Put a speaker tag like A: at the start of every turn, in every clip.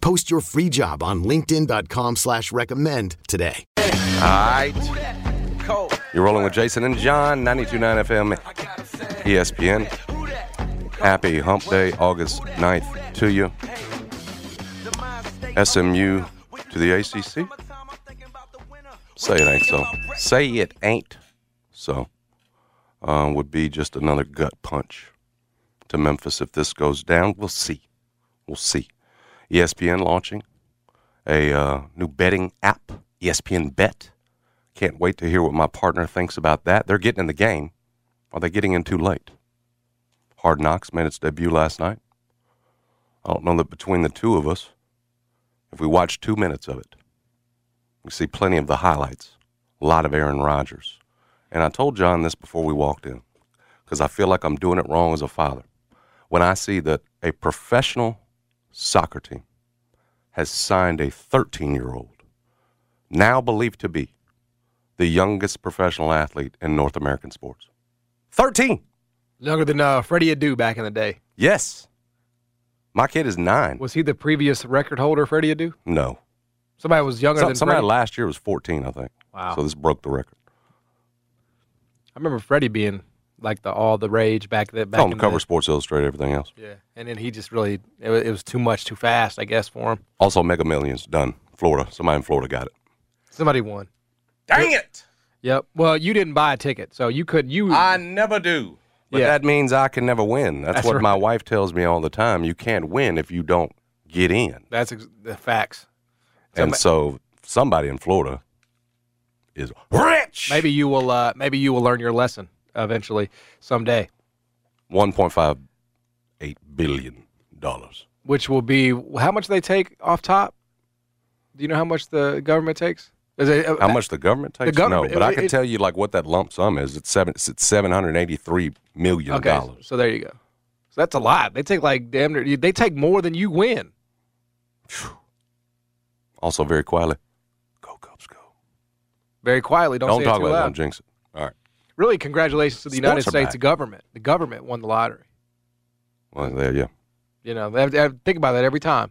A: Post your free job on linkedin.com slash recommend today.
B: All right. You're rolling with Jason and John, 92.9 FM, ESPN. Happy Hump Day, August 9th to you. SMU to the ACC. Say it ain't so. Say it ain't so. Uh, would be just another gut punch to Memphis if this goes down. We'll see. We'll see. E ESPN launching a uh, new betting app, E ESPN Bet. Can't wait to hear what my partner thinks about that. They're getting in the game. Are they getting in too late? Hard Knocks made its debut last night. I don't know that between the two of us, if we watch two minutes of it, we see plenty of the highlights. A lot of Aaron Rodgers. And I told John this before we walked in because I feel like I'm doing it wrong as a father. When I see that a professional soccer team has signed a 13 year old, now believed to be the youngest professional athlete in North American sports. 13!
C: Younger than uh, Freddie Adu back in the day.
B: Yes. My kid is nine.
C: Was he the previous record holder, Freddie Adu?
B: No.
C: Somebody was younger
B: Some,
C: than
B: somebody
C: Freddie.
B: last year was 14, I think.
C: Wow.
B: So this broke the record.
C: I remember Freddie being like the all the rage back that back
B: Back on the
C: in
B: cover
C: the
B: of Sports Illustrated, everything else.
C: Yeah, and then he just really it was, it was too much, too fast, I guess, for him.
B: Also, Mega Millions done. Florida. Somebody in Florida got it.
C: Somebody won.
B: Dang it!
C: Yep. Well, you didn't buy a ticket, so you could you.
B: I never do. But
C: Yeah.
B: that means I can never win. That's,
C: That's
B: what
C: right.
B: my wife tells me all the time. You can't win if you don't get in.
C: that's ex- the facts.
B: and so somebody in Florida is rich.
C: Maybe you will. Uh, maybe you will learn your lesson eventually someday,
B: one point five eight billion dollars.
C: which will be how much they take off top. Do you know how much the government takes? Is it, uh,
B: How much the government takes?
C: government-
B: no, but I
C: it-
B: can
C: it-
B: tell you like what that lump sum is. It's seven. It's seven hundred eighty-three million
C: Okay,
B: dollars.
C: so there you go. So that's a lot. They take like damn near. They take more than you win.
B: Also, very quietly, go Cubs, go.
C: Very quietly. Don't,
B: Don't
C: say
B: talk
C: it too
B: about it.
C: loud.
B: Don't jinx it. All right.
C: really congratulations to the United
B: Sports are
C: States
B: back.
C: government. The government won the lottery.
B: Well, there. Yeah.
C: You know, they have, they have think about that every time.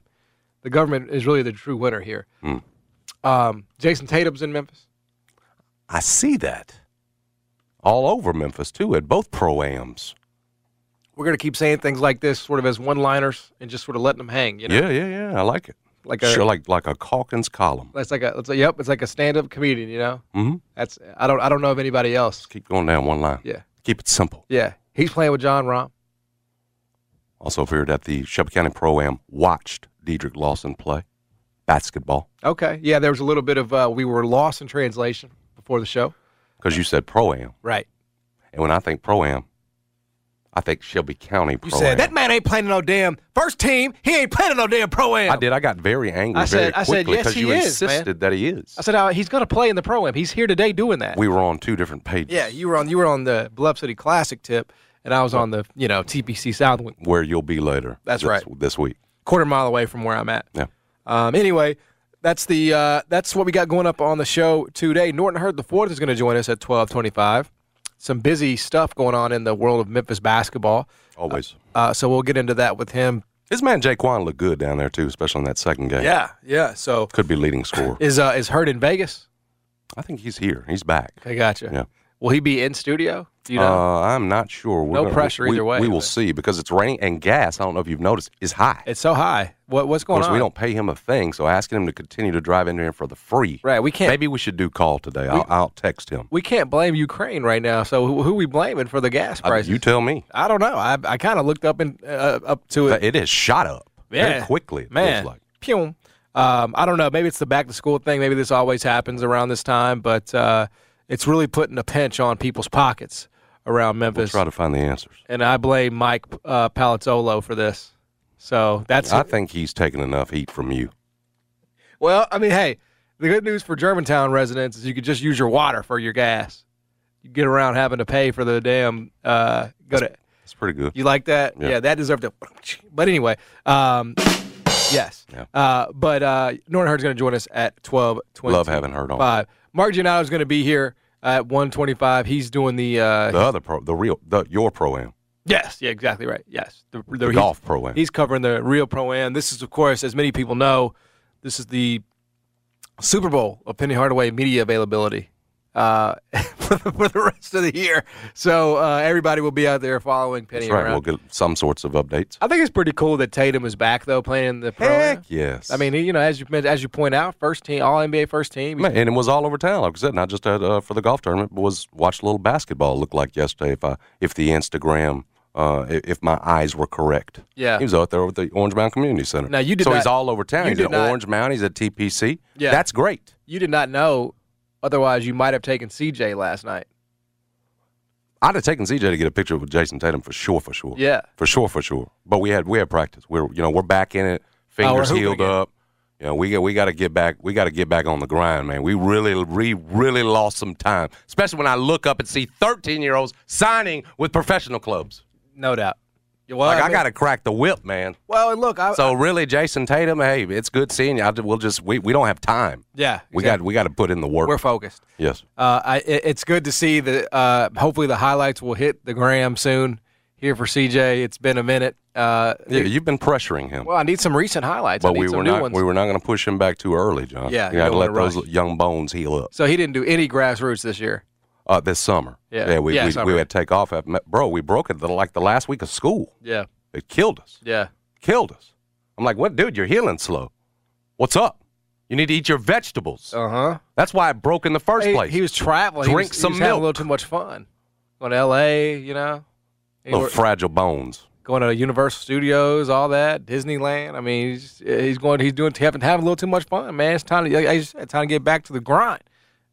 C: The government is really the true winner here.
B: Hmm.
C: Um, Jason Tatum's in Memphis.
B: I see that all over Memphis too at both proams.
C: We're gonna keep saying things like this, sort of as one-liners, and just sort of letting them hang. You know,
B: Yeah, yeah, yeah. I like it.
C: like a
B: Sure, like like a Calkins column.
C: that's like a it's like, yep, it's like a stand-up comedian. You know,
B: hmm
C: that's I don't I don't know of anybody else.
B: Keep going down one line.
C: Yeah,
B: Keep it simple.
C: yeah, he's playing with John Rom.
B: Also appeared at the Shelby County Pro Am. Watched Dedrick Lawson play basketball
C: Okay, yeah, there was a little bit of uh, we were lost in translation before the show.
B: because you said Pro Am,
C: Right.
B: and when I think Pro Am, I think Shelby County Pro Am.
C: man ain't playing no damn first team. He ain't playing no damn pro am.
B: I did. I got very angry
C: I
B: very
C: said- I said,
B: quickly
C: yes, he
B: you
C: is, man.
B: insisted that he is.
C: I said, oh, he's going to play in the pro am. He's here today doing that.
B: we were on two different pages.
C: yeah, you were on you were on the Bluff City Classic tip, and I was on the you know TPC South one,
B: where you'll be later.
C: That's
B: this,
C: right.
B: This week.
C: quarter mile away from where I'm at.
B: Yeah.
C: Um, anyway, that's the uh, that's what we got going up on the show today. Norton Hurd the fourth is going to join us at 12:25. Some busy stuff going on in the world of Memphis basketball,
B: Always.
C: uh, so we'll get into that with him.
B: His man Jaquan looked good down there too, especially in that second game.
C: Yeah, yeah. So
B: Could be leading scorer.
C: is uh, is Hurd in Vegas?
B: I think he's here. He's back.
C: I gotcha.
B: Yeah.
C: Will he be in studio? Do you know?
B: Uh, I'm not sure. We're
C: No
B: gonna-
C: pressure
B: we,
C: either way,
B: We will
C: but-
B: see because it's raining and gas. I don't know if you've noticed is high.
C: it's so high. What, what's
B: of
C: going
B: course,
C: on?
B: we don't pay him a thing, so asking him to continue to drive in here for the free.
C: Right. We can't.
B: Maybe we should do call today. I'll, I'll text him.
C: We can't blame Ukraine right now. So who, who we blaming for the gas
B: I-
C: prices?
B: Uh, you tell me.
C: I don't know. I, I kind of looked up and uh, up to it.
B: It has shot up very
C: Yeah.
B: quickly. It
C: Man,
B: feels like.
C: Pew. Um, I don't know. Maybe it's the back to school thing. Maybe this always happens around this time, but uh, it's really putting a pinch on people's pockets around
B: We'll
C: Memphis.
B: try to find the answers.
C: and I blame Mike uh, Palazzolo for this. So that's
B: I think he's taken enough heat from you.
C: well. I mean, hey, the good news for Germantown residents is you could just use your water for your gas. You get around having to pay for the damn uh, go to
B: It's pretty good.
C: You like that?
B: Yeah.
C: Yeah, that deserved a. But anyway, um, yes.
B: Yeah.
C: Uh, but uh, Norton Hurd's going to join us at twelve twenty.
B: Love having Hurd on.
C: Five. Mark Giannato's going to be here at one twenty five. He's doing the. Uh,
B: the other pro, the real, the, your pro am,
C: yes. Yeah. Exactly right. Yes. The, the-
B: the
C: he's-
B: golf pro am.
C: He's covering the real pro am. This is, of course, as many people know, this is the Super Bowl of Penny Hardaway media availability uh, for, the, for the rest of the year. So uh, everybody will be out there following Penny
B: That's right.
C: around.
B: We'll get some sorts of updates.
C: I think it's pretty cool that Tatum is back though playing in the pro.
B: Heck yes.
C: Oh, I mean, he- you know, as you men- as you point out, first team All NBA first team.
B: Man, and it was all over town. Like I said, not just at, uh, for the golf tournament, but was watched a little basketball. Looked like yesterday, if I, if the Instagram, uh, i- if my eyes were correct.
C: Yeah.
B: he was out there with the Orange Mountain Community Center.
C: Now, you did
B: so
C: not-
B: he's all over town.
C: you
B: He's
C: did
B: at
C: not-
B: Orange Mountain. He's at TPC.
C: Yeah.
B: that's great.
C: You did not know, otherwise you might have taken CJ last night.
B: I'd have taken CJ to get a picture with Jason Tatum for sure, for sure.
C: Yeah.
B: for sure, for sure. But we had we had practice. We're you know we're back in it. Fingers
C: hooping
B: healed
C: Oh, again.
B: up. You know we got we got to get back. We got to get back on the grind, man. We really we really lost some time, especially when I look up and see thirteen year olds signing with professional clubs.
C: No doubt. Well,
B: like I,
C: Oh, mean-
B: got to crack the whip, man.
C: Well, and look, I,
B: So really, Jason Tatum, hey, it's good seeing you. I, we'll just we, we don't have time.
C: yeah,
B: We
C: exactly.
B: got we got to put in the work.
C: we're focused.
B: yes,
C: Uh, I, it, it's good to see the. Uh, hopefully, the highlights will hit the gram soon. Here for CJ, it's been a minute. Uh,
B: yeah, you've been pressuring him.
C: well, I need some recent highlights. I
B: But
C: need
B: we
C: some
B: were
C: new
B: not
C: ones.
B: we were not going to push him back too early, John.
C: Yeah,
B: you
C: you
B: got to
C: don't
B: let
C: wanna
B: those
C: rush.
B: young bones heal up.
C: so he didn't do any grassroots this year.
B: Uh, this summer,
C: Yeah.
B: we
C: Yeah,
B: we,
C: summer.
B: we had to take off. At, bro, we broke it the, like the last week of school.
C: Yeah,
B: It killed us,
C: yeah.
B: killed us. I'm like, what, dude? You're healing slow. What's up? You need to eat your vegetables.
C: Uh huh.
B: That's why it broke in the first
C: he,
B: place.
C: He was traveling. He
B: Drink
C: was-
B: some
C: he was having
B: milk.
C: a little too much fun. Going to L.A., you know. He
B: little
C: wor-
B: fragile bones.
C: going to Universal Studios, all that Disneyland. I mean, he's, he's going. He's doing having having a little too much fun, man. It's time to. I just, it's time to get back to the grind.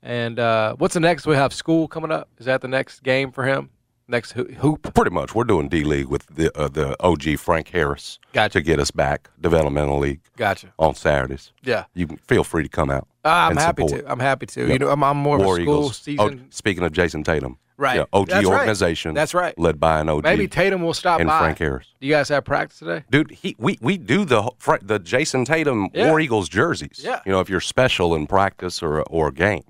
C: And uh, what's the next? We have school coming up. Is that the next game for him? Next ho- hoop.
B: Pretty much, we're doing D League with the uh, the OG Frank Harris
C: Gotcha.
B: to get us back developmental league
C: Gotcha.
B: on Saturdays.
C: Yeah,
B: You can feel free to come out.
C: Ah, I'm
B: and
C: happy
B: support.
C: to. I'm happy to. You
B: Yep.
C: know, I'm, I'm more
B: War
C: of a school
B: Eagles. Oh,
C: season.
B: speaking of Jason Tatum,
C: Right.
B: Yeah, OG
C: That's right.
B: organization.
C: That's right.
B: Led by an OG.
C: Maybe Tatum will stop
B: and
C: by.
B: Frank Harris.
C: Do you guys have practice today?
B: Dude, he we, we do the whole- Fra- the Jason Tatum
C: Yeah.
B: War Eagles jerseys.
C: Yeah.
B: You know, if you're special in practice or or a game.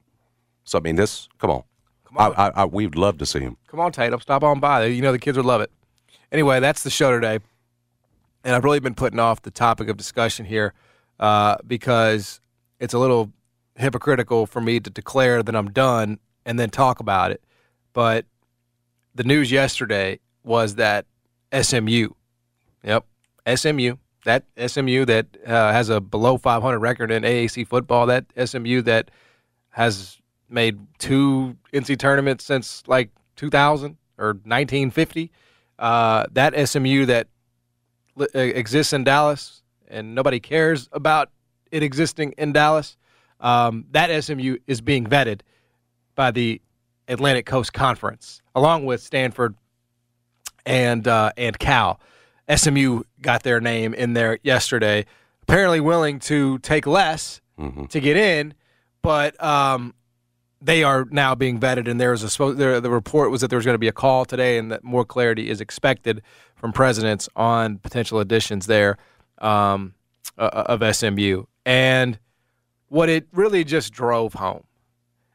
B: So I mean, this come on, come on. I, I, I we'd love to see him.
C: Come on, Tatum, stop on by. You know the kids would love it. Anyway, that's the show today, and I've really been putting off the topic of discussion here uh, because it's a little hypocritical for me to declare that I'm done and then talk about it. But the news yesterday was that SMU, yep, SMU, that SMU that uh, has a below 500 record in AAC football, that SMU that has made two NC tournaments since like 2000 or 1950. Uh, that SMU that li- uh, exists in Dallas and nobody cares about it existing in Dallas, um, that SMU is being vetted by the Atlantic Coast Conference along with Stanford and uh, and Cal. SMU got their name in there yesterday, apparently willing to take less
B: hmm
C: to get in, but um, they are now being vetted. And there was a supposed there, the report was that there was going to be a call today, and that more clarity is expected from presidents on potential additions there um, uh, of SMU. And what it really just drove home,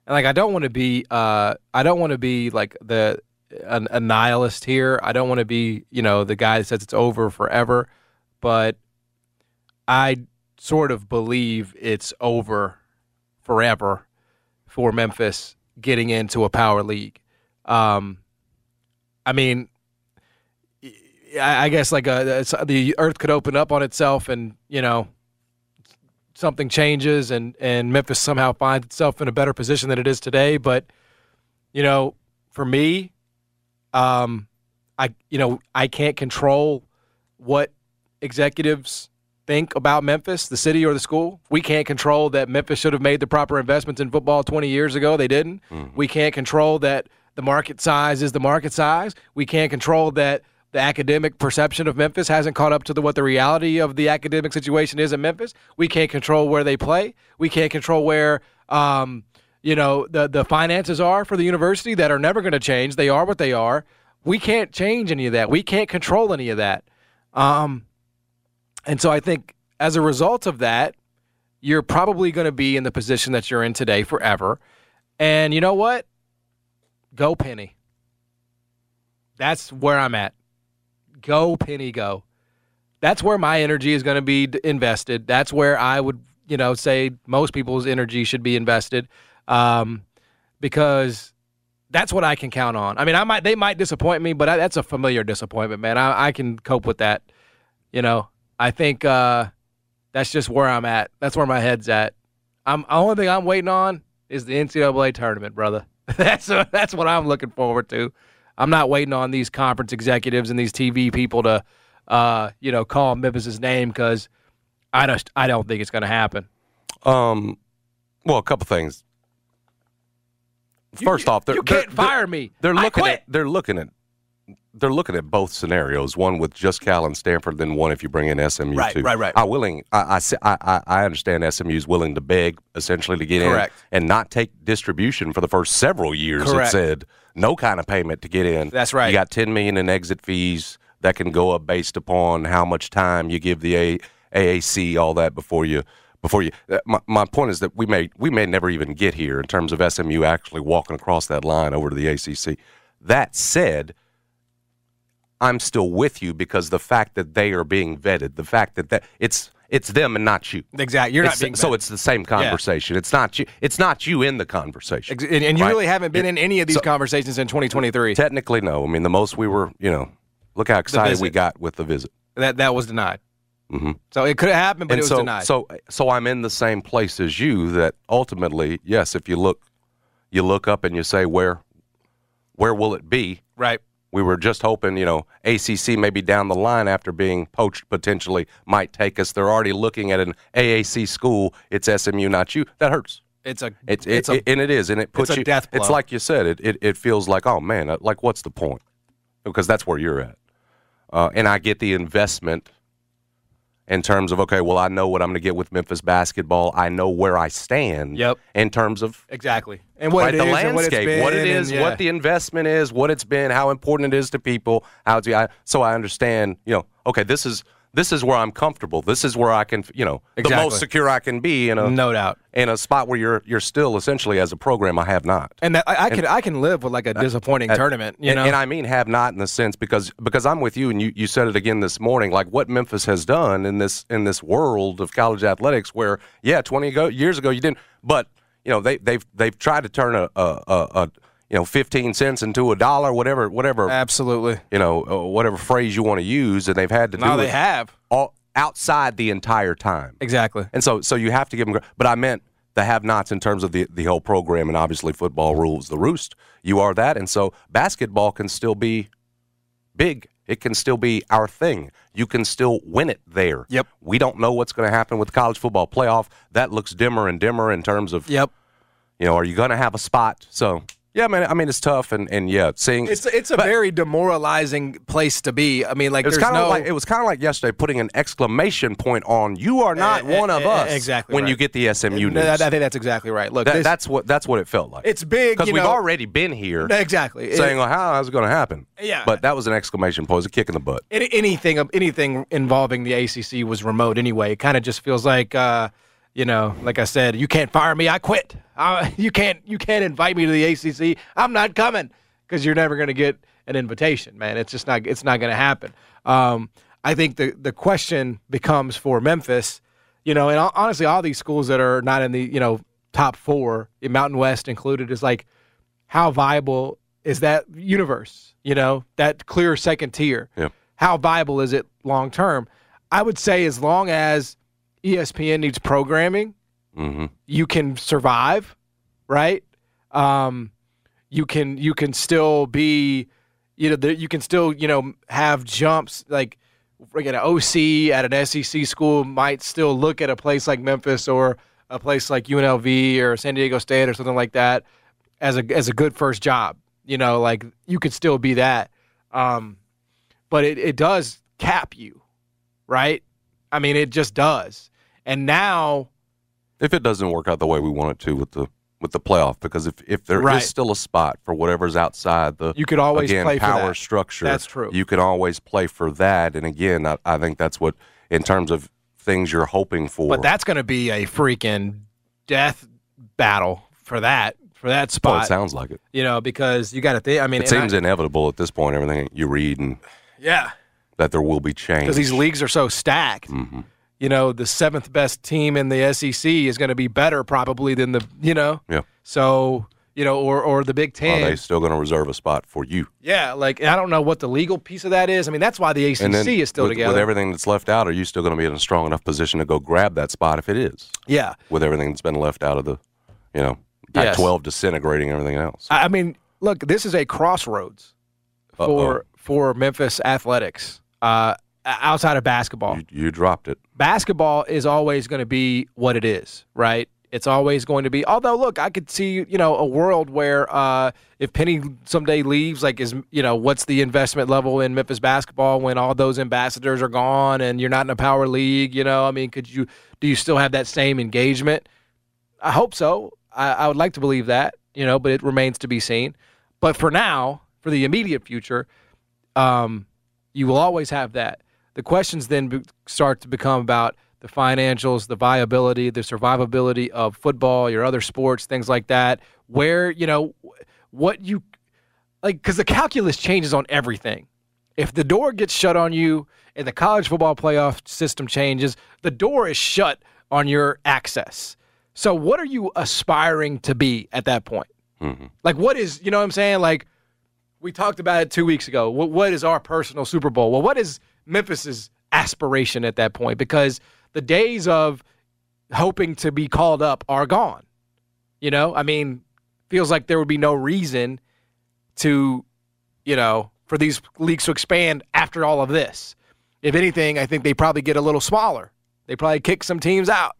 C: and like I don't want to be uh, I don't want to be like the an, a nihilist here. I don't want to be you know the guy that says it's over forever, but I sort of believe it's over forever for Memphis getting into a power league. Um, I mean, I I guess like a, it's- the Earth could open up on itself, and you know, something changes, and and Memphis somehow finds itself in a better position than it is today. But you know, for me, um, I you know I can't control what executives think about Memphis, the city or the school. We can't control that Memphis should have made the proper investments in football 20 years ago. They didn't. We can't control that the market size is the market size. We can't control that the academic perception of Memphis hasn't caught up to the, what the reality of the academic situation is in Memphis. We can't control where they play. We can't control where um, you know the the finances are for the university that are never going to change. They are what they are. We can't change any of that. We can't control any of that. Um, and so I think as a result of that, you're probably going to be in the position that you're in today forever. And you know what? Go Penny. That's where I'm at. Go Penny, go. That's where my energy is going to be d- invested. That's where I would, you know, say most people's energy should be invested, um, because that's what I can count on. I mean, I might they might disappoint me, but I, that's a familiar disappointment, man. I, I can cope with that you know i think uh that's just where i'm at that's where my head's at i'm the only thing i'm waiting on is the ncaa tournament brother that's that's what i'm looking forward to i'm not waiting on these conference executives and these tv people to uh you know call memphis' name because i just i don't think it's going to happen
B: Um, well, a couple things. First off, they're,
C: you
B: they're-
C: can't fire
B: they're-
C: me.
B: They're
C: I
B: looking
C: quit.
B: at they're looking at they're looking at both scenarios. One with just Cal and Stanford, then one if you bring in SMU.
C: Right,
B: too.
C: right, right.
B: I willing. I I se- I, I- I understand SMU's willing to beg essentially to get
C: Correct.
B: in and not take distribution for the first several years.
C: Correct.
B: It said no kind of payment to get in.
C: That's right.
B: You got ten million in exit fees that can go up based upon how much time you give the A- AAC, all that before you. Before you, uh, my, my point is that we may we may never even get here in terms of SMU actually walking across that line over to the ACC. That said, I'm still with you because the fact that they are being vetted, the fact that that it's it's them and not you.
C: exactly you're
B: It's- so it's the same conversation. It's not you. It's not you in the conversation.
C: Ex- and, and you
B: right.
C: really haven't been in any of these conversations in 2023
B: Technically, no. I mean, the most we were, you know, look how excited we
C: visit.
B: got with the visit.
C: that that was denied
B: Mhm.
C: Mm-hmm. so it could have happened but
B: and
C: it was
B: so,
C: denied
B: so, so I'm in the same place as you. That ultimately, yes, if you look, you look up and you say, where, where will it be?
C: right
B: We were just hoping, you know, ACC maybe down the line after being poached potentially might take us. They're already looking at an AAC school. It's SMU, not you. That hurts.
C: it's a
B: It's, it,
C: a
B: it- and it is, and it puts
C: a
B: you.
C: death
B: It's
C: blow.
B: like you said. It, it it feels like oh man, uh, like what's the point? Because that's where you're at, uh, and I get the investment in terms of okay, well I know what I'm going to get with Memphis basketball. I know where I stand.
C: Yep.
B: In terms of
C: Exactly. And what
B: right,
C: it
B: the
C: is
B: landscape,
C: and what it's been
B: it
C: and,
B: is,
C: yeah.
B: what the investment is, what it's been, how important it is to people. How it's, I, so I understand. You know, okay, this is this is where I'm comfortable. This is where I can, you know, the
C: Exactly.
B: most secure I can be in a
C: no doubt.
B: in a spot where you're you're still essentially as a program. I have not.
C: And that, I, I can I can live with like a disappointing tournament, you
B: and,
C: know.
B: and I mean have not in the sense because because I'm with you and you, you said it again this morning like what Memphis has done in this in this world of college athletics where yeah 20 ago, years ago you didn't but you know they they've they've tried to turn a a, a, a you know 15 cents into a dollar whatever whatever
C: Uh, Absolutely.
B: you know uh, whatever phrase you want to use and they've had to
C: No,
B: do
C: they
B: it
C: have.
B: all, outside the entire time
C: Exactly.
B: and so, so you have to give them. But I meant the have-nots in terms of the the whole program, and obviously football rules the roost. You are that, and so basketball can still be big. It can still be our thing. You can still win it there.
C: Yep.
B: We don't know what's going to happen with the college football playoff. That looks dimmer and dimmer in terms of
C: Yep.
B: you know, are you going to have a spot? So yeah, man. I mean, it's tough, and and yeah, seeing
C: It's it's a very demoralizing place to be. I mean, like
B: It was
C: there's
B: kind of
C: no
B: like it was kind of like yesterday, putting an exclamation point on "You are not
C: Eh, eh,
B: one of
C: eh,
B: us."
C: exactly
B: When
C: right. Eh,
B: you get the SMU news,
C: No, I, I think that's exactly right. Look,
B: That,
C: this,
B: that's what that's what it felt like.
C: It's big,
B: because
C: you
B: we've
C: know.
B: already been here
C: exactly
B: saying, "Well, how is it going to happen?"
C: Yeah.
B: but that was an exclamation point, it was a kick in the butt.
C: any, anything anything involving the ACC was remote anyway. It kind of just feels like, uh, you know, like I said, you can't fire me. I quit. I, you can't you can't invite me to the ACC. I'm not coming because you're never going to get an invitation, man. It's just not it's not going to happen. Um, I think the the question becomes for Memphis, you know, and hon- honestly, all these schools that are not in the you know top four, Mountain West included, is like how viable is that universe, you know, that clear second tier.
B: Yeah.
C: How viable is it long term? I would say as long as E ESPN needs programming,
B: Mm-hmm.
C: you can survive, right? Um, you can you can still be, you know, there, you can still you know have jumps like again an OC at an SEC school might still look at a place like Memphis or a place like UNLV or San Diego State or something like that as a as a good first job. You know, like you could still be that, um, but it, it does cap you, right? I mean, it just does. And now
B: If it doesn't work out the way we want it to with the with the playoff, because if if there is
C: Right.
B: still a spot for whatever's outside the
C: You could always
B: again,
C: play for
B: power
C: that.
B: structure,
C: That's true.
B: You can always play for that, and again, I, I think that's what in terms of things you're hoping for.
C: But that's going to be a freaking death battle for that for that
B: Well, it
C: spot.
B: sounds like it.
C: you know, because you got to think. I mean,
B: it
C: and I-
B: seems inevitable at this point. Everything you read and
C: yeah,
B: that there will be change.
C: because these leagues are so stacked.
B: Mm-hmm.
C: You know, the seventh best team in the SEC is going to be better probably than the you know.
B: Yeah.
C: So you know, or or the Big
B: are
C: Ten.
B: Oh, they still going to reserve a spot for you?
C: yeah, like and I don't know what the legal piece of that is. I mean, that's why the ACC is still
B: with,
C: together.
B: with everything that's left out, are you still going to be in a strong enough position to go grab that spot if it is?
C: yeah.
B: With everything that's been left out of the, you know,
C: Yes.
B: Pac-12 disintegrating and everything else.
C: I I mean, look, this is a crossroads for for Memphis athletics uh, outside of basketball.
B: you, you dropped it.
C: basketball is always going to be what it is, right? It's always going to be. Although, look, I could see you know a world where uh, if Penny someday leaves, like is you know what's the investment level in Memphis basketball when all those ambassadors are gone and you're not in a power league? You know, I mean, could you do you still have that same engagement? I hope so. I, I would like to believe that, you know, but it remains to be seen. But for now, for the immediate future, um, you will always have that. The questions then be- start to become about the financials, the viability, the survivability of football, your other sports, things like that. Where, you know, wh- what you like, because the calculus changes on everything. If the door gets shut on you and the college football playoff system changes, the door is shut on your access. So, what are you aspiring to be at that point? Like, what is, you know what I'm saying? Like, we talked about it two weeks ago. What, what is our personal Super Bowl? Well, what is Memphis's aspiration at that point? Because the days of hoping to be called up are gone. You know, I mean, feels like there would be no reason to, you know, for these leagues to expand after all of this. If anything, I think they probably get a little smaller. They probably kick some teams out.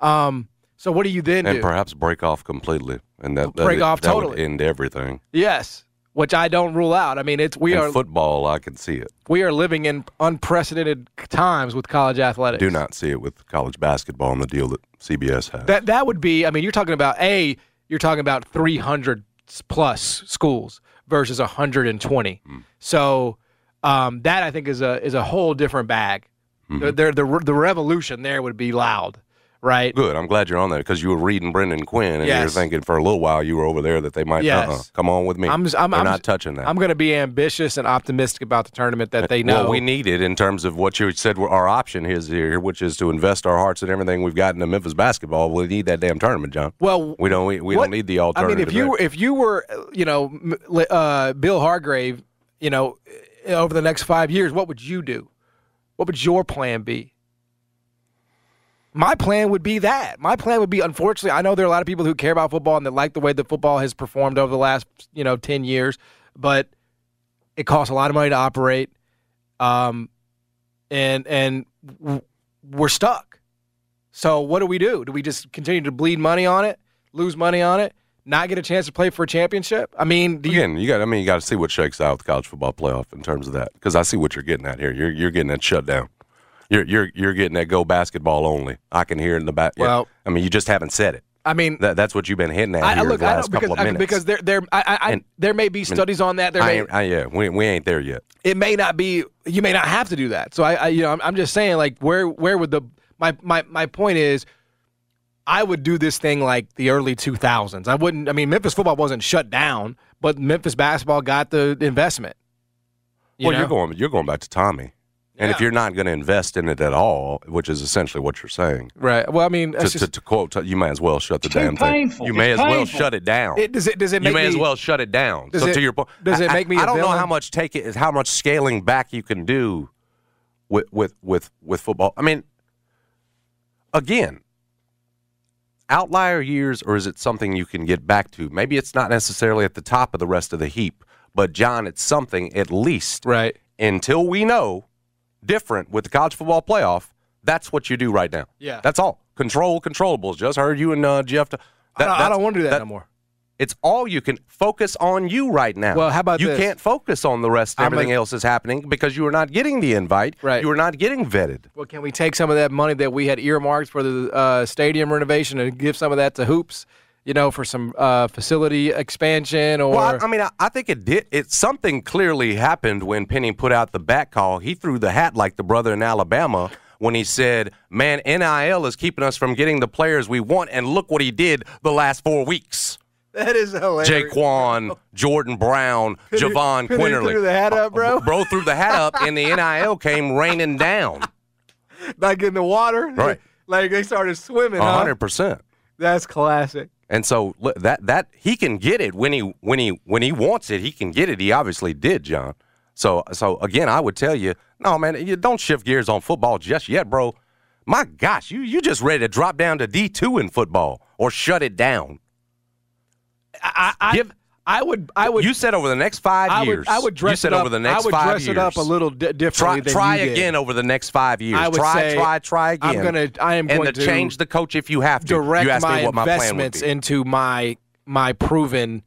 C: Um, so what do you then
B: And
C: do?
B: perhaps break off completely. And that, that
C: Break
B: that
C: off
B: would
C: totally.
B: end everything.
C: yes, which I don't rule out. I mean, it's we
B: In
C: are
B: football, I can see it.
C: we are living in unprecedented times with college athletics.
B: Do not see it with college basketball and the deal that CBS has.
C: That that would be. I mean, you're talking about a. You're talking about 300 s- plus schools versus 120.
B: Mm.
C: So um, that I think is a is a whole different bag.
B: Mm-hmm.
C: The, the, the re- the revolution there would be loud, right?
B: Good. I'm glad you're on that because you were reading Brendan Quinn and you were
C: Yes.
B: thinking for a little while you were over there that they might
C: Yes.
B: uh-uh, come on with me.
C: I'm s- I'm-
B: They're
C: I'm
B: not
C: s-
B: touching that.
C: I'm going to be ambitious and optimistic about the tournament that they know.
B: Well, we need it in terms of what you said were our option is here, which is to invest our hearts and everything we've got into Memphis basketball. We need that damn tournament, John.
C: well,
B: We don't. We, we
C: What-
B: don't need the alternative.
C: I mean, if you
B: there.
C: were, if you were, uh, you know, m- li- uh, Bill Hargrave, you know, uh, over the next five years, what would you do? What would your plan be? My plan would be that. My plan would be, unfortunately, I know there are a lot of people who care about football and that like the way that football has performed over the last, you know, ten years, but it costs a lot of money to operate, um, and and w- we're stuck. So what do we do? Do we just continue to bleed money on it, lose money on it, not get a chance to play for a championship? I mean, do you,
B: Again, you got. I mean, you got to see what shakes out with the college football playoff in terms of that, because I see what you're getting at here. You're you're getting that shutdown. You're you're you're getting that go basketball only. I can hear it in the back.
C: Well-
B: I mean, you just haven't said it.
C: I mean,
B: That, that's what you've been hitting at
C: I, I
B: here
C: look,
B: the
C: I
B: last
C: don't
B: couple
C: because
B: of
C: I,
B: minutes.
C: because there there I, I, I
B: And-
C: there may be studies on that. There
B: I,
C: may,
B: ain't- I, yeah, we, we ain't there yet.
C: it may not be you may not have to do that so i, I you know I'm, I'm just saying like where where would the my, my my point is i would do this thing like the early 2000s i wouldn't i mean memphis football wasn't shut down but memphis basketball got the investment you
B: well,
C: know?
B: you're going you're going back to Tommy And if you're not going to invest in it at all, which is essentially what you're saying,
C: Right. Well, I mean,
B: to,
C: it's
B: to,
C: just,
B: to quote, you may as well shut the damn
D: painful.
B: thing. You may
D: It's
B: as well
D: painful.
B: shut it down.
C: it, does it does it
B: you
C: make
B: may
C: me,
B: as well shut it down.
C: Does
B: So
C: it-
B: to your point,
C: does it
B: I-
C: make me
B: I,
C: a
B: I don't know
C: villain?
B: how much take it is how much scaling back you can do with with with with football. I mean, again, outlier years, or is it something you can get back to? Maybe it's not necessarily at the top of the rest of the heap, but John, it's something at least
C: Right.
B: until we know different with the college football playoff. That's what you do right now.
C: Yeah.
B: that's all. Control controllables. Just heard you and uh, Jeff. That,
C: I don't, I
B: that's-
C: don't want to do that, no more.
B: it's all you can focus on you right now.
C: Well, how about
B: you
C: this?
B: can't focus on the rest?
C: I'm
B: Everything
C: a-
B: else is happening because you are not getting the invite.
C: Right.
B: You are not getting vetted.
C: Well, can we take some of that money that we had earmarked for the uh, stadium renovation and give some of that to hoops? You know, for some uh, facility expansion or
B: well, I, I mean, I, I think it did. It something clearly happened when Penny put out the back call. He threw the hat like the brother in Alabama when he said, "Man, NIL is keeping us from getting the players we want." And look what he did the last four weeks.
C: that is hilarious.
B: Jaquan, Jordan Brown, Javon
C: Penny
B: Quinterly. Uh,
C: threw the hat up, bro.
B: Bro threw the hat up, and the NIL came raining down.
C: like in the water,
B: Right.
C: like they started swimming.
B: A
C: huh?
B: hundred percent.
C: That's classic.
B: And so li- that that he can get it when he when he when he wants it, he can get it. He obviously did, John. So so again, I would tell you, no man, you don't shift gears on football just yet, bro. My gosh, you you just ready to drop down to D two in football or shut it down.
C: I, I,
B: Give-
C: I would, I would,
B: you said over the next five
C: I
B: years.
C: would, I would dress
B: you said
C: it up.
B: over the next
C: I would
B: five
C: dress
B: years.
C: it up a little
B: Try,
C: di- differently. than
B: try
C: you did.
B: again over the next five years.
C: I would
B: try,
C: say,
B: try, try
C: I'm
B: again.
C: gonna- I am
B: and
C: going
B: to,
C: to
B: change the coach if you have to.
C: direct
B: you asked
C: my
B: me what my plan would
C: investments
B: be.
C: into my my proven,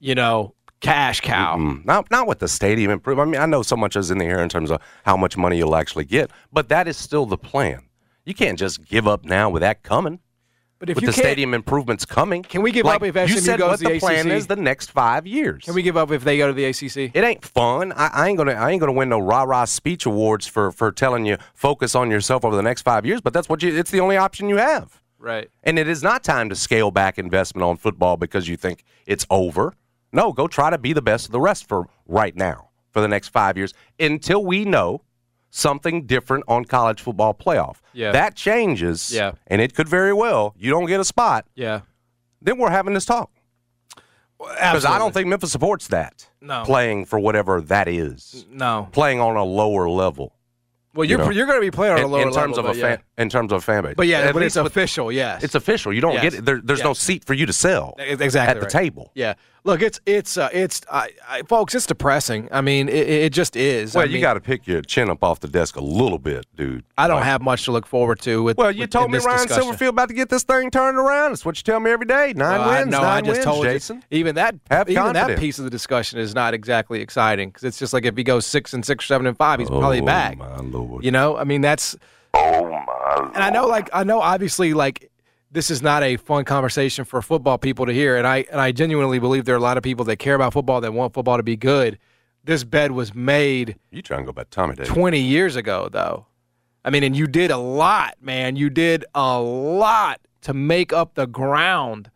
C: you know, cash cow.
B: Mm, Not not with the stadium improvement. I mean, I know so much is in the air in terms of how much money you'll actually get, but that is still the plan. You can't just give up now with that coming.
C: But if
B: with
C: you
B: the
C: can't,
B: stadium improvements coming,
C: Can we give
B: Like,
C: up if SMU
B: you said
C: goes
B: what
C: to the
B: the plan
C: ACC?
B: is the next five years?
C: can we give up if they go to the ACC?
B: it ain't fun. I, I ain't gonna I ain't gonna win no rah rah speech awards for for telling you focus on yourself over the next five years. But that's what you. It's the only option you have.
C: Right.
B: And it is not time to scale back investment on football because you think it's over. No, go try to be the best of the rest for right now, for the next five years, until we know something different on college football playoff.
C: Yeah.
B: That changes,
C: Yeah.
B: and it could very well, you don't get a spot,
C: Yeah.
B: then we're having this talk. Because I don't think Memphis supports that.
C: No.
B: Playing for whatever that is,
C: No.
B: playing on a lower level.
C: Well,
B: You
C: you're
B: know.
C: you're going to be playing on
B: in,
C: a lower
B: in terms
C: level,
B: of a
C: but yeah.
B: fan, in terms of a fan base,
C: But yeah,
B: At
C: but it's
B: least with-
C: official. Yes.
B: it's official. You don't
C: Yes.
B: get it. There, there's
C: Yeah.
B: no seat for you to sell
C: E- exactly
B: at the
C: right.
B: table.
C: Yeah. Look, it's it's uh, it's I, I, folks, it's depressing. I mean, it, it it just is.
B: Well,
C: I
B: you
C: mean,
B: got to pick your chin up off the desk a little bit, dude.
C: I don't
B: Like,
C: have much to look forward to. With
B: Well, you
C: with- in
B: told me
C: this
B: Ryan
C: discussion.
B: Silverfield about to get this thing turned around. That's what you tell me every day. Nine
C: Well, I-
B: wins,
C: no, I
B: nine
C: just
B: wins,
C: told you.
B: Jason.
C: even that
B: Have
C: even that
B: confidence.
C: piece of the discussion is not exactly exciting because it's just like if he goes six and six, seven and five, he's probably
B: Oh,
C: back.
B: my Lord.
C: You know, I mean that's. Oh my! And I know, like I know, obviously, like this is not a fun conversation for football people to hear, and I and I genuinely believe there are a lot of people that care about football that want football to be good. This bed was made
B: You trying to go back, Tommy Day?
C: 20 years ago, though. I mean, and you did a lot, man. You did a lot to make up the ground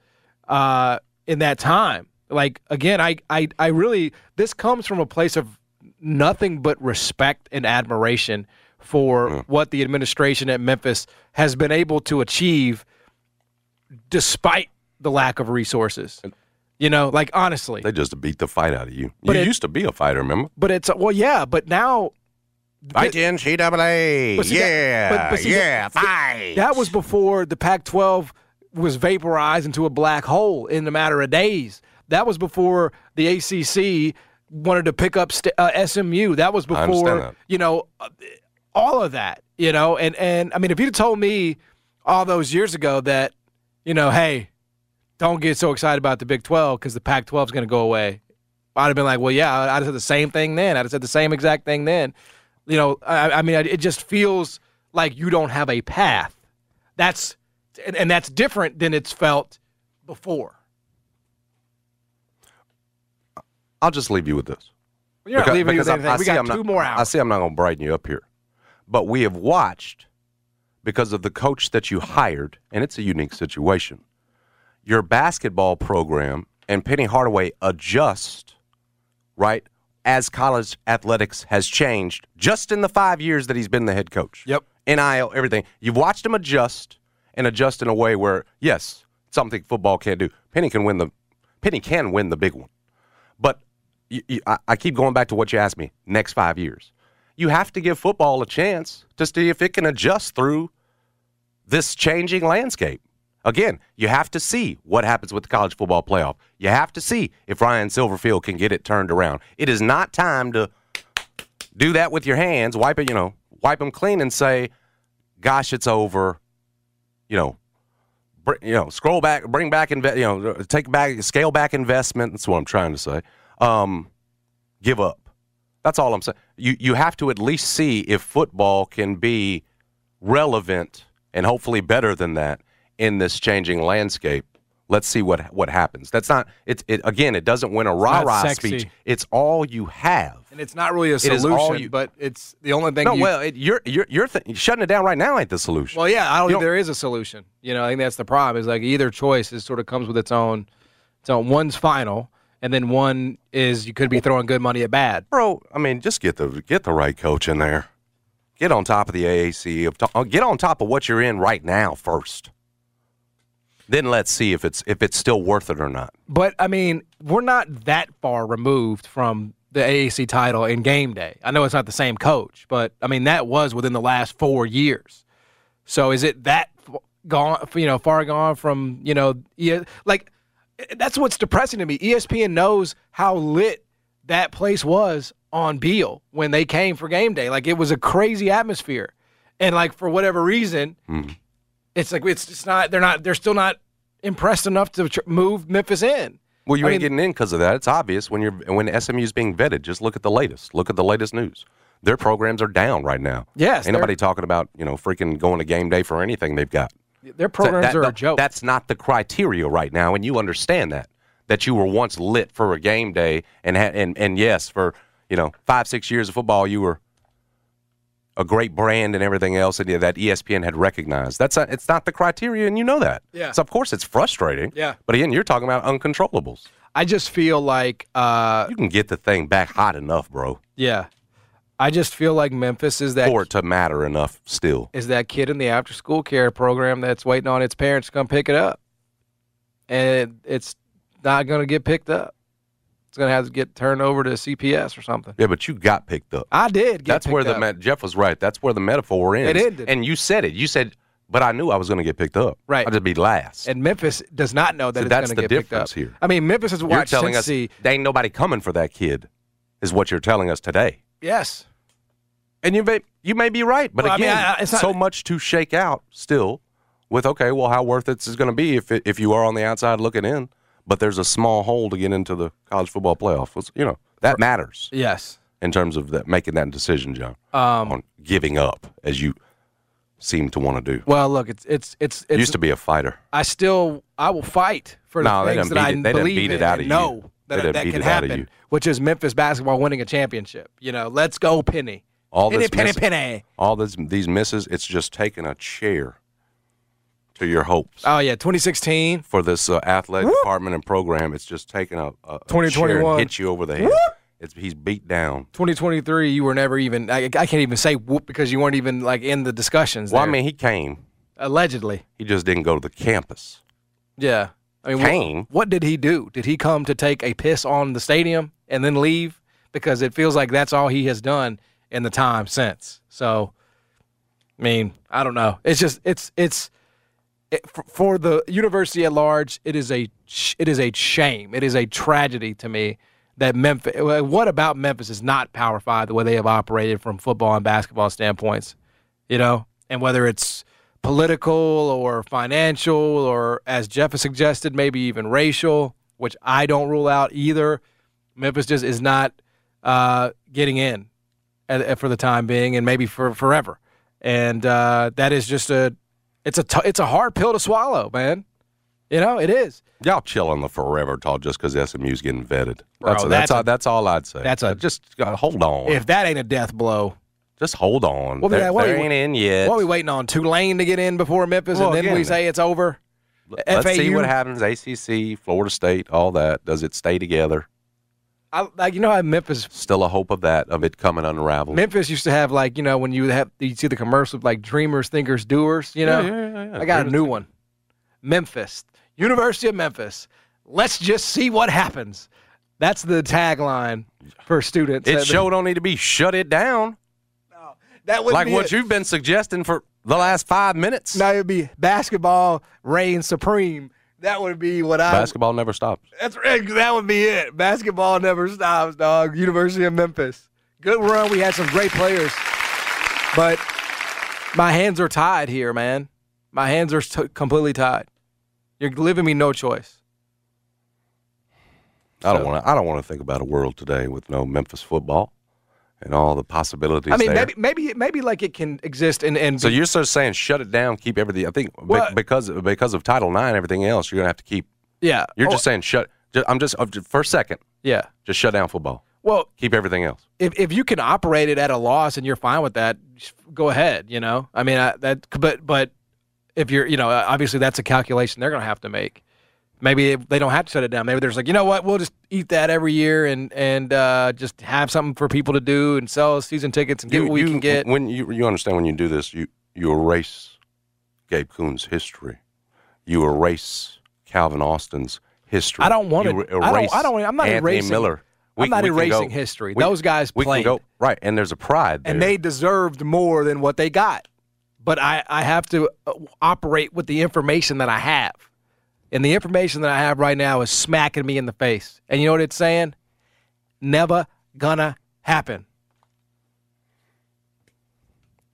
C: uh, in that time. Like again, I, I, I really this comes from a place of nothing but respect and admiration for what the administration at Memphis has been able to achieve, despite the lack of resources. You know, like honestly,
B: They just beat the fight out of you.
C: But
B: you
C: it-
B: used to be a fighter, remember?
C: but it's well, yeah, but now
B: Fight in CAA.
C: But see that-
B: yeah,
C: but- but see that-
B: yeah, fight.
C: That was before the Pac 12 was vaporized into a black hole in a matter of days. That was before the ACC wanted to pick up st- uh, SMU. That was
B: understand
C: before,
B: that.
C: you know, uh, all of that, you know. And, and I mean, if you'd have told me all those years ago that, you know, hey, don't get so excited about the Big 12 because the Pac 12 is going to go away, I'd have been like, well, yeah, I'd have said the same thing then. I'd have said the same exact thing then. You know, I, I mean, it just feels like you don't have a path. That's and, and that's different than it's felt before.
B: I'll just leave you with this.
C: You're not
B: Because-
C: leaving me with
B: because I-
C: anything.
B: I
C: we
B: see
C: got
B: I'm
C: two
B: not-
C: more
B: I
C: hours.
B: see I'm not going to brighten you up here. But we have watched because of the coach that you hired, and it's a unique situation. Your basketball program and Penny Hardaway adjust, right? as college athletics has changed just in the five years that he's been the head coach.
C: Yep.
B: NIL, everything. You've watched him adjust and adjust in a way where, yes, something football can't do. Penny can win the Penny can win the big one. But you, you, I, I keep going back to what you asked me next five years. You have to give football a chance to see if it can adjust through this changing landscape. Again, you have to see what happens with the college football playoff. You have to see if Ryan Silverfield can get it turned around. It is not time to do that with your hands, wipe it, you know, wipe them clean and say, gosh, it's over. You know, br- you know, scroll back, bring back, inve- you know, take back, scale back investment. That's what I'm trying to say. Um, give up. That's all I'm saying. You you have to at least see if football can be relevant and hopefully better than that in this changing landscape. Let's see what what happens. That's not it's it again. It doesn't win a rah
C: not
B: rah
C: sexy.
B: speech. It's all you have.
C: And it's not really a
B: It is all
C: solution,
B: you-
C: but it's the only thing.
B: No,
C: you,
B: well, it, you're you're you're th- shutting it down right now ain't the solution.
C: Well, yeah, I don't
B: You
C: think
B: don't-
C: there is a solution. You know, I think that's the problem. Is like either choice is sort of comes with its own, its own. One's final, and then one is you could be throwing good money at bad.
B: bro. I mean, just get the get the right coach in there. Get on top of the AAC. of to- uh, Get on top of what you're in right now first. Then let's see if it's if it's still worth it or not.
C: But I mean, we're not that far removed from the AAC title in game day. I know it's not the same coach, but I mean that was within the last four years. So is it that f- gone? You know, far gone from you know, yeah, like eh, that's what's depressing to me. E ESPN knows how lit that place was on Beal when they came for game day. Like it was a crazy atmosphere, and like for whatever reason, it's like it's just not. They're not. They're still not impressed enough to tr- move Memphis in.
B: Well, you
C: I
B: ain't
C: mean-
B: getting in because of that. It's obvious when you're when SMU's being vetted. Just look at the latest. Look at the latest news. Their programs are down right now.
C: Yes,
B: ain't
C: they're-
B: nobody talking about you know freaking going to game day for anything they've got.
C: Their programs
B: that-
C: are a
B: that-
C: joke.
B: That's not the criteria right now, and you understand that. That you were once lit for a game day, and ha- and and yes, for you know five six years of football, you were a great brand and everything else, and yeah, that E ESPN had recognized. That's not, it's not the criteria, and you know that.
C: Yeah.
B: So of course it's frustrating.
C: Yeah.
B: But again, you're talking about uncontrollables.
C: I just feel like, uh,
B: You can get the thing back hot enough, bro,
C: yeah, I just feel like Memphis is that
B: for it to matter enough still.
C: is that kid in the after school care program that's waiting on its parents to come pick it up, and it's not going to get picked up. It's going to have to get turned over to CPS or something.
B: Yeah, but you got picked up.
C: I did. Get
B: That's where
C: picked
B: the
C: up.
B: met- Jeff was right. That's where the metaphor ends.
C: ended.
B: And you said it. You said, but I knew I was going to get picked up.
C: Right.
B: I'd just be last.
C: and Memphis does not know that
B: So
C: it's
B: that's
C: going to
B: the
C: get
B: difference
C: picked up.
B: here.
C: I mean, Memphis has
B: you're
C: watched
B: telling us
C: Cincy.
B: there ain't nobody coming for that kid, is what you're telling us today.
C: Yes,
B: And you may you may be right, but
C: Well, I mean,
B: again,
C: I- I- it's not-
B: so much to shake out still. With okay, well, how worth it is going to be if it, if you are on the outside looking in, but there's a small hole to get into the college football playoff. It's- You know that matters
C: yes.
B: in terms of that making that decision, John,
C: Um,
B: on giving up as you seem to want to do.
C: well, look, it's it's it's,
B: You
C: it's
B: used to be a fighter.
C: I still I will fight for the
B: No, they
C: things
B: done
C: that I
B: beat it- they done
C: believe
B: beat it
C: in
B: out
C: and
B: of you.
C: know
B: They
C: that
B: done
C: that
B: beat
C: can
B: it out of
C: happen,
B: you.
C: which is Memphis basketball winning a championship. You know, let's go, Penny.
B: All
C: penny,
B: this
C: penny,
B: miss-
C: penny.
B: All this, these misses, it's just taking a chair to your hopes
C: Oh yeah, 2016.
B: for this uh, athletic department and program. It's just taking a, a, a chair
C: 2021.
B: and hit you over the head. It's, he's beat down.
C: 2023, you were never even. I, I can't even say whoop because you weren't even like in the discussions.
B: Well, I
C: there.
B: mean, he came.
C: allegedly,
B: He just didn't go to the campus.
C: yeah. I mean,
B: Came?
C: What, what did he do? Did he come to take a piss on the stadium and then leave? Because it feels like that's all he has done in the time since. So, I mean, I don't know. It's just it's it's it, for, for the university at large. It is a sh- it is a shame. It is a tragedy to me that Memphis. What about Memphis is not Power Five the way they have operated from football and basketball standpoints, you know, and whether it's political or financial or as Jeff has suggested, maybe even racial, which I don't rule out either. Memphis just is not uh, getting in at, at- for the time being, and maybe for forever. And uh, that is just a it's a t- it's a hard pill to swallow, man. You know it is.
B: Y'all chill on the forever talk just because SMU's getting vetted.
C: Bro,
B: that's,
C: that's
B: that's, all,
C: a-
B: that's all I'd say.
C: that's a-
B: just uh, hold on.
C: If that ain't a death blow,
B: just hold on.
C: What we-
B: They're-
C: what
B: they
C: we-
B: ain't in yet.
C: what are we waiting on? Tulane to get in before Memphis,
B: Well,
C: and then
B: again,
C: we say it's over.
B: Let's see
C: FAU?
B: what happens. ACC, Florida State, all that. Does it stay together?
C: I, like you know how Memphis
B: Still a hope of that of it coming unraveled.
C: Memphis used to have like you know when you have you see the commercial like dreamers, thinkers, doers. You know,
B: yeah, yeah, yeah.
C: I got a new one. Memphis, University of Memphis. Let's just see what happens. That's the tagline for students.
B: It
C: That-
B: show don't need to be shut it down
C: that would
B: like
C: be
B: what
C: it.
B: you've been suggesting for the last five minutes.
C: No, it'd be basketball reign supreme. That would be what I.
B: Basketball never stops.
C: That's right. That would be it. Basketball never stops, dog. University of Memphis. Good run. We had some great players, but my hands are tied here, man. My hands are t- completely tied. You're leaving me no choice.
B: I don't want to. I don't want to think about a world today with no Memphis football and all the possibilities.
C: I mean,
B: there.
C: maybe, maybe, maybe like it can exist and and
B: So
C: be-
B: you're sort of saying shut it down, keep everything. I think be-
C: Well-
B: because because of Title IX, and everything else, you're gonna have to keep.
C: yeah.
B: You're
C: Oh,
B: just saying shut. Just, I'm just uh, just for a second,
C: yeah.
B: just shut down football.
C: Well,
B: Keep everything else.
C: if if you can operate it at a loss and you're fine with that, just go ahead. You know, I mean, I, that. But but if you're, you know, uh, obviously that's a calculation they're going to have to make. Maybe if they don't have to shut it down. Maybe they're just like, you know what, we'll just eat that every year and and uh, just have something for people to do and sell season tickets and get what we
B: you,
C: can get.
B: when you you understand when you do this, you you erase Gabe Kuhn's history. You erase Calvin Austin's history.
C: I don't want
B: You
C: to- I don't- I don't- I'm not
B: Anthony
C: erasing-
B: Miller.
C: I'm not
B: can
C: erasing history. Those guys
B: we
C: played.
B: Can go, right, and there's a pride.
C: and
B: there.
C: they deserved more than what they got. But I, I have to uh, operate with the information that I have. And the information that I have right now is smacking me in the face. And you know what it's saying? Never gonna happen.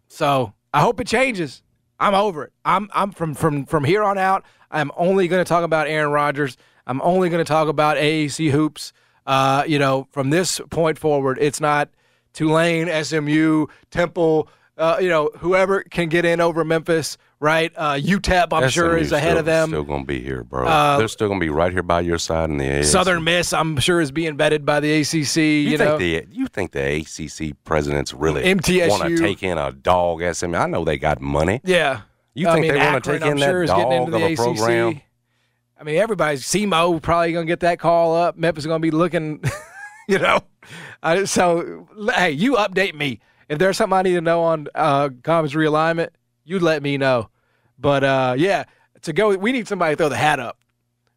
C: So I hope it changes. I'm over it. I'm I'm from from from here on out. I'm only going to talk about Aaron Rodgers. I'm only going to talk about AAC hoops. Uh, you know, from this point forward, it's not Tulane, SMU, Temple. Uh, you know, whoever can get in over Memphis, right? Uh, UTEP, I'm sure,
B: SMU
C: is ahead
B: still-
C: of them.
B: Still gonna be here, bro.
C: Uh,
B: They're still gonna be right here by your side in the AAC.
C: Southern Miss, I'm sure, is being vetted by the ACC. You,
B: You,
C: know,
B: think the you think the ACC presidents really
C: MTSU.
B: want to take in a dog SMU? I know they got money.
C: yeah.
B: You
C: I
B: think
C: mean,
B: they want to
C: Akron,
B: take
C: I'm
B: in
C: sure
B: that
C: is getting into
B: dog of
C: the
B: a program?
C: ACC. I mean, everybody's SEMO probably gonna get that call up. Memphis is gonna be looking, you know. I, so hey, you update me if there's something I need to know on uh, conference realignment. You let me know. But uh, yeah, to go, we need somebody to throw the hat up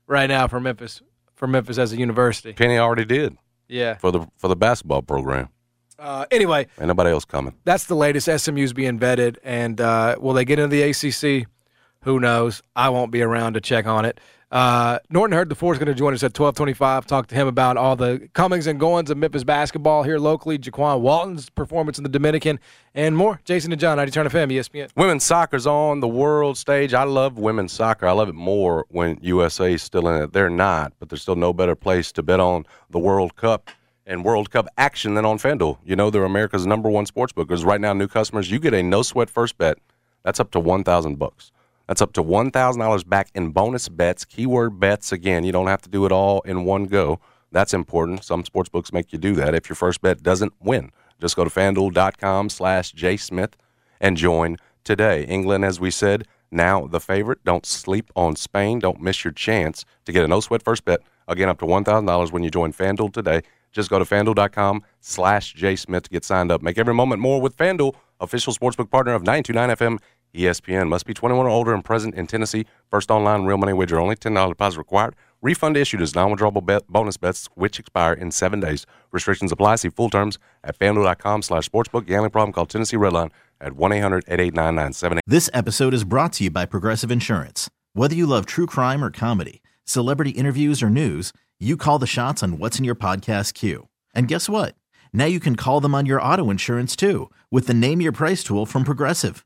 C: right now for Memphis, for Memphis as a university.
B: Penny already did
C: Yeah.
B: for the for the basketball program.
C: Uh, anyway,
B: Ain't nobody else coming.
C: that's the latest. SMU's being vetted, and uh, will they get into the ACC? Who knows? I won't be around to check on it. Uh, Norton Heard the Four is going to join us at twelve twenty-five. Talk to him about all the comings and goings of Memphis basketball here locally, Jaquan Walton's performance in the Dominican, and more. Jason and John, I turn FM, ESPN.
B: Women's soccer's on the world stage. I love women's soccer. I love it more when USA is still in it. They're not, but there's still no better place to bet on the World Cup and World Cup action than on FanDuel. You know, they're America's number one sports book. Because right now, new customers, you get a no sweat first bet. That's up to one thousand bucks. That's up to one thousand dollars back in bonus bets. Keyword bets again. You don't have to do it all in one go. That's important. Some sports books make you do that if your first bet doesn't win. Just go to fanduel.com slash jsmith and join today. England, as we said, now the favorite. Don't sleep on Spain. Don't miss your chance to get a no sweat first bet. Again, up to $1,000 when you join FanDuel today. Just go to fanduel.com slash jsmith to get signed up. Make every moment more with FanDuel, official sportsbook partner of 929 FM ESPN. Must be 21 or older and present in Tennessee. First online real money wager only. $10 deposit required. Refund issued as non-withdrawable bet, bonus bets, which expire in seven days. Restrictions apply. See full terms at FanDuel.com slash sportsbook. Gambling problem? Call Tennessee Redline at 1-800-889-9788.
E: This episode is brought to you by Progressive Insurance. Whether you love true crime or comedy, celebrity interviews or news, you call the shots on what's in your podcast queue. And guess what? Now you can call them on your auto insurance too with the Name Your Price tool from Progressive.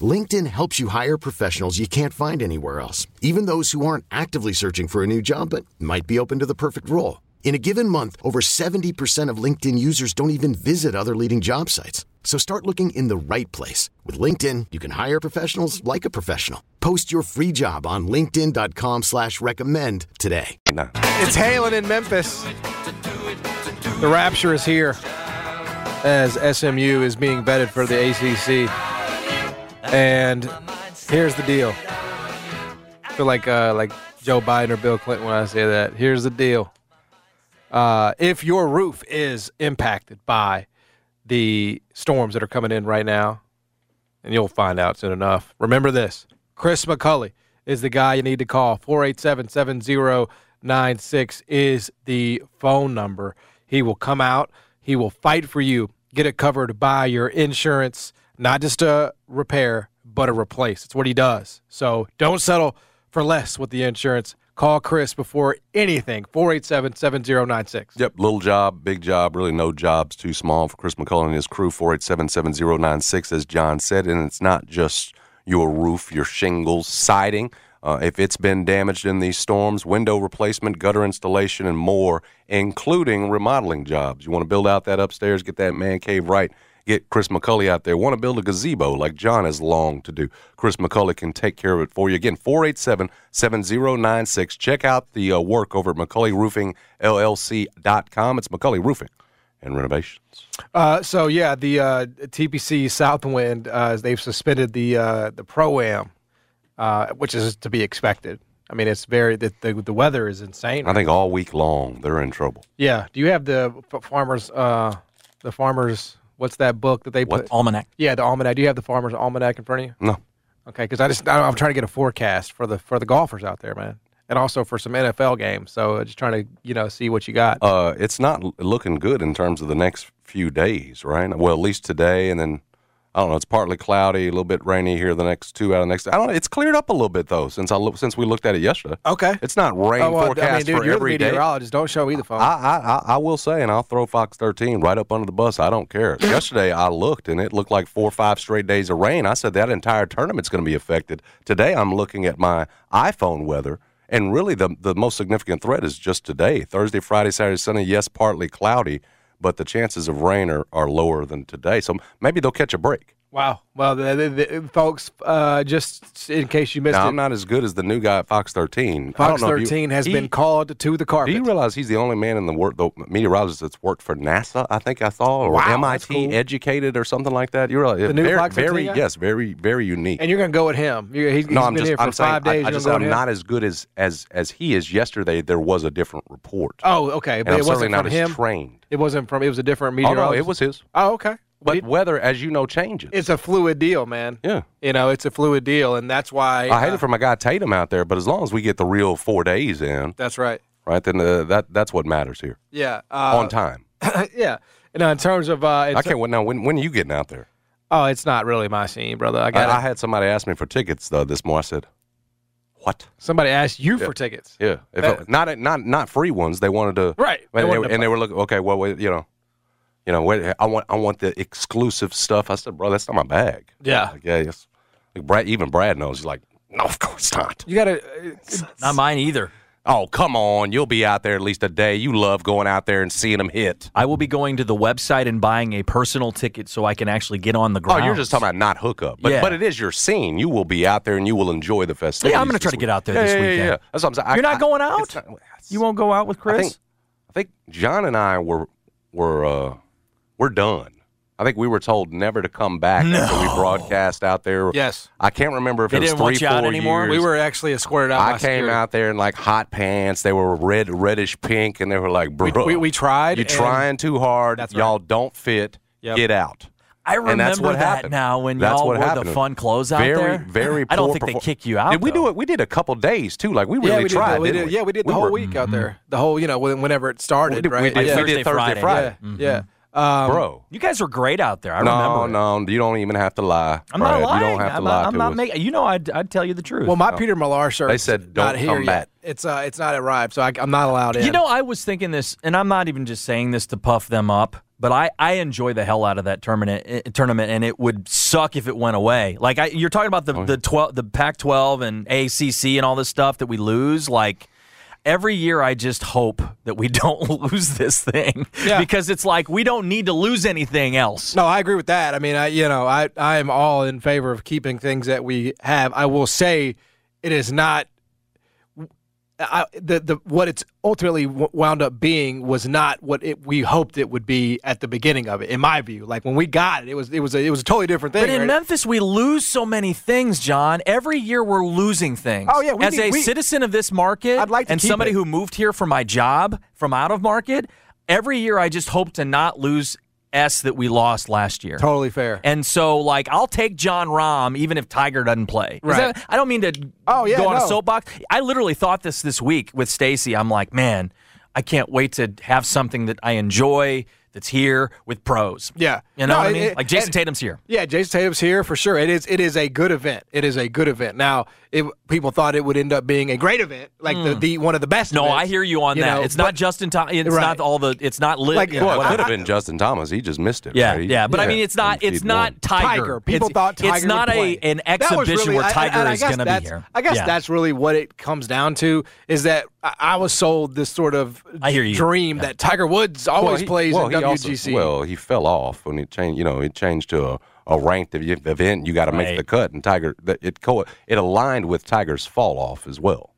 A: LinkedIn helps you hire professionals you can't find anywhere else, even those who aren't actively searching for a new job but might be open to the perfect role. In a given month, over 70% of LinkedIn users don't even visit other leading job sites. So start looking in the right place. With LinkedIn, you can hire professionals like a professional. Post your free job on linkedin.com/recommend slash recommend today.
B: Nah.
C: It's hailing in Memphis. The rapture is here as SMU is being vetted for the ACC. And here's the deal. I feel like uh, like Joe Biden or Bill Clinton when I say that. Here's the deal. Uh, if your roof is impacted by the storms that are coming in right now, and you'll find out soon enough. Remember this Chris McCully is the guy you need to call. 487 7096 is the phone number. He will come out, he will fight for you, get it covered by your insurance, not just a repair, but a replace. It's what he does. So don't settle for less with the insurance. Call Chris before anything. 487 7096.
B: Yep, little job, big job, really no job's too small for Chris McCullough and his crew. 4877096, as John said, and it's not just your roof, your shingles, siding. Uh, if it's been damaged in these storms, window replacement, gutter installation, and more, including remodeling jobs. You want to build out that upstairs, get that man cave right, get Chris McCullough out there. Want to build a gazebo like John has longed to do. Chris McCullough can take care of it for you. Again, 487 7096. Check out the uh, work over at McCulloughRoofingLLC.com. It's McCullough Roofing and Renovations.
C: Uh, so yeah, the uh, TPC Southwind uh, they've suspended the uh, the pro am, uh, which is to be expected. I mean, it's very the the, the weather is insane.
B: I think all week long they're in trouble.
C: yeah. Do you have the f- farmers? Uh, the farmers. What's that book that they
B: What?
C: put?
F: Almanac.
C: Yeah, the almanac. Do you have the farmers almanac in front of you?
B: No.
C: Okay, because I just I, I'm trying to get a forecast for the for the golfers out there, man, and also for some NFL games. So just trying to you know see what you got.
B: Uh, it's not l- looking good in terms of the next few days, right? Well, at least today, and then I don't know. It's partly cloudy, a little bit rainy here the next two out of the next. I don't. It's cleared up a little bit though since I look since we looked at it yesterday.
C: okay.
B: It's not rain
C: Oh, well,
B: forecast
C: I mean, dude,
B: for
C: you're
B: every
C: the
B: day. I,
C: meteorologist. Don't show me the phone.
B: I, I I will say, and I'll throw Fox 13 right up under the bus. I don't care. Yesterday I looked, and it looked like four or five straight days of rain. I said that entire tournament's going to be affected. Today I'm looking at my iPhone weather, and really the the most significant threat is just today, Thursday, Friday, Saturday, Sunday. Yes, partly cloudy, but the chances of rain are, are lower than today. So maybe they'll catch a break.
C: Wow. Well, the, the, the, folks, uh, just in case you missed
B: Now
C: it, uh,
B: I'm not as good as the new guy at Fox 13. I don't
C: Fox
B: know if you-
C: 13 has
B: he-
C: been called to the carpet.
B: Do you realize he's the only man in the world, the meteorologist that's worked for NASA? I think I saw, or
C: Wow,
B: MIT
C: that's cool.
B: educated, or something like that. You realize
C: The new
B: very,
C: Fox 13
B: very
C: guy?
B: yes, very, very unique.
C: and you're going to go at him. You- He's, he's
B: no, I'm
C: been
B: just,
C: here for
B: I'm saying,
C: five days.
B: I, I
C: you're
B: just,
C: gonna
B: I'm
C: go at him?
B: not as good as as as he is. Yesterday, there was a different report,
C: Oh, okay.
B: and
C: But
B: I'm
C: it wasn't
B: certainly
C: from
B: not
C: him.
B: as trained.
C: It wasn't from. It was a different
B: Oh no,
C: meteorologist.
B: it was his.
C: Oh, okay.
B: But
C: It-
B: weather, as you know, changes.
C: it's a fluid deal, man.
B: yeah.
C: You know, it's a fluid deal, and that's why.
B: I hate
C: uh,
B: it for my guy Tatum out there, but as long as we get the real four days in,
C: That's right.
B: right, then uh, that that's what matters here
C: Yeah. Uh,
B: on time.
C: yeah. And uh, in terms of, uh,
B: I
C: it's,
B: can't wait now. When when are you getting out there?
C: oh, it's not really my scene, brother. I got
B: I, I had somebody ask me for tickets though this morning. I said, "What?
C: somebody asked you for tickets.
B: Yeah, if
C: That-
B: it- not not not free ones. They wanted to
C: Right. They
B: and, they,
C: wanted to
B: and they were looking. Okay, well, wait, you know, you know, wait, I want I want the exclusive stuff. I said, bro, that's not my bag.
C: Yeah.
B: like, yeah, yes. Like, Brad, even Brad knows. He's like, no, of course not.
C: You got to.
F: Not mine either.
B: Oh, come on, you'll be out there at least a day. You love going out there and seeing them hit.
F: I will be going to the website and buying a personal ticket so I can actually get on the
B: Oh,
F: ground.
B: you're just talking about not hookup, but
F: Yeah.
B: but it is your scene. You will be out there and you will enjoy the festivities.
F: Yeah, I'm going to try
B: this
F: to
B: week.
F: get out there
B: Yeah,
F: this
B: yeah, yeah,
F: weekend.
B: yeah. That's what I'm saying. I-
F: You're not
B: I-
F: going out?
B: it's not-
F: You won't go out with Chris?
B: I think, I think John and I were were uh, we're done. I think we were told never to come back after we broadcast out there.
C: Yes.
B: I can't remember if
F: They
B: it was
F: didn't
B: three,
F: want you out
B: four
F: anymore?
B: years.
C: We were actually escorted out.
B: I
C: by
B: came
C: security.
B: out there in like hot pants. They were red, reddish pink, and they were like,
C: We,
B: "Bro,
C: we, we tried.
B: you
C: and-
B: trying too hard.
C: That's right.
B: Y'all don't fit.
C: Yep.
B: Get out."
F: I remember
B: And that's what
F: that
B: happened.
F: now when
B: That's
F: y'all
B: what
F: wore
B: happened.
F: the fun clothes out
B: very,
F: there.
B: Very,
F: I don't
B: poor
F: think they
B: perfor-
F: kick you out.
B: Did we
F: though.
B: do it? We did a couple days too. Like we really
C: Yeah, we did.
B: tried.
C: we
B: didn't
C: did. Yeah, we did the
B: We
C: whole
B: were- Mm-hmm.
C: week out there. The whole, you know, when- whenever it started,
B: We did,
C: right?
B: we did
C: yeah.
F: Thursday,
B: Thursday, Friday.
F: Friday.
C: yeah. yeah. Um,
B: bro.
F: You guys were great out there. I
B: No,
F: remember. it.
B: no, you don't even have to lie.
F: I'm not
B: Brad.
F: lying.
B: You don't have to
F: I'm
B: lie
F: not, I'm
B: to
F: not
B: us.
F: making. You know, I'd, I'd tell you the truth.
C: Well, my Peter Millar shirt.
B: Oh. They said,
C: not
B: "Don't
C: here
B: come
C: yet.
B: back."
C: It's uh, it's not arrived, so I, I'm not allowed in.
F: You know, I was thinking this, and I'm not even just saying this to puff them up, but I, I enjoy the hell out of that tournament. eh, Tournament, and it would suck if it went away. Like I, you're talking about the the twelve, the Pac-12 and ACC and all this stuff that we lose. Like every year, I just hope that we don't lose this thing
C: Yeah.
F: because it's like we don't need to lose anything else.
C: No, I agree with that. I mean, I you know, I I am all in favor of keeping things that we have. I will say, it is not. I, the the what it's ultimately w- wound up being was not what it, we hoped it would be at the beginning of it. In my view, like when we got it, it was it was a, it was a totally different thing.
F: But in
C: right?
F: Memphis, we lose so many things, John. Every year, we're losing things.
C: Oh, yeah, we
F: as
C: need-
F: a
C: we-
F: citizen of this market,
C: I'd like to
F: and
C: keep
F: somebody
C: it.
F: who moved here for my job from out of market, every year I just hope to not lose S that we lost last year.
C: totally fair.
F: And so, like, I'll take John Rahm even if Tiger doesn't play. Is
C: Right.
F: that- I don't mean to
C: Oh, yeah,
F: go on
C: no.
F: a soapbox. I literally thought this this week with Stacy. I'm like, man, I can't wait to have something that I enjoy that's here with pros.
C: Yeah.
F: You know
C: No,
F: what I
C: it-
F: mean?
C: it-
F: like, Jason
C: and-
F: Tatum's here.
C: Yeah, Jason Tatum's here for sure. It is it is a good event. It is a good event. Now, it, people thought it would end up being a great event, like the, the one of the best.
F: Hmm. No,
C: events,
F: I hear you on that.
C: know,
F: it's
C: but-
F: not Justin Tom. It's
C: Right.
F: not all the. It's not lit.
C: Like,
B: Well, it
F: whatever.
B: could have been Justin Thomas. He just missed it.
F: yeah,
B: right?
F: yeah, but I
B: Yeah.
F: mean, it's not.
B: He'd
F: It's
B: won.
F: not Tiger.
C: People
F: it's,
C: thought Tiger.
F: It's not
C: would play.
F: a an
C: That was
F: exhibition
C: really-
F: where
C: I-
F: Tiger
C: and I
F: is
C: guess
F: going to be
C: that's-
F: here.
C: I guess
F: Yeah.
C: that's really what it comes down to is that I, I was sold this sort of
F: I hear you.
C: dream
F: Yeah.
C: that Tiger Woods always
B: he-
C: plays
B: well,
C: in
B: he also-
C: WGC.
B: well, he fell off when it changed. You know, it changed to a, a ranked ev- event. You got to make
F: Right.
B: the cut, and Tiger that- it co- it aligned with Tiger's fall off as well.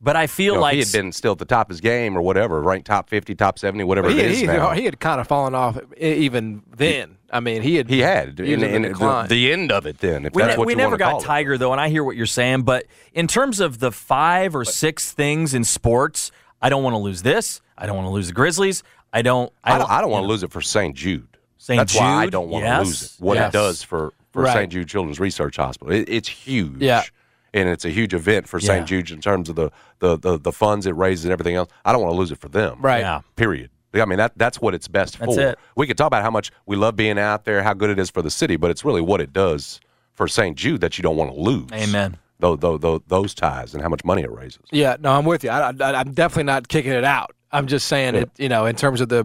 F: But I
B: You
F: feel
B: know, if
F: like
B: he had been still at the top of his game or whatever, ranked top fifty, top seventy, whatever
C: he,
B: it
C: had,
B: is
C: he,
B: now.
C: he had kind of fallen off e- even then. I mean, he had
B: he had
C: he
B: in,
C: was in
B: in
C: the
B: the,
C: decline.
B: the end of it. Then, if
F: we,
B: that's
F: ne-
B: what
F: we
B: you
F: never
B: wanna
F: got
B: call it.
F: Tiger though, and I hear what you're saying. But in terms of the five or six things in sports, I don't want to lose this. I don't want to lose the Grizzlies. I don't.
B: I don't, I don't want to lose it for St. Jude.
F: St.
B: That's why I
F: Jude?
B: don't want to lose
F: Yes.
B: it. What
F: Yes.
B: it does for, for
C: Right.
B: St. Jude Children's Research Hospital, it, it's huge.
C: Yeah.
B: And it's a huge event for
F: Yeah.
B: St. Jude in terms of the, the, the, the funds it raises and everything else. I don't want to lose it for them.
C: Right.
F: Yeah.
B: Period. I mean, that that's what it's best
F: That's
B: for.
F: it.
B: We could talk about how much we love being out there, how good it is for the city, but it's really what it does for St. Jude that you don't want to lose.
F: Amen.
B: Those, those, those ties and how much money it raises.
C: Yeah, no, I'm with you. I, I, I'm definitely not kicking it out. I'm just saying it, you know, in terms of the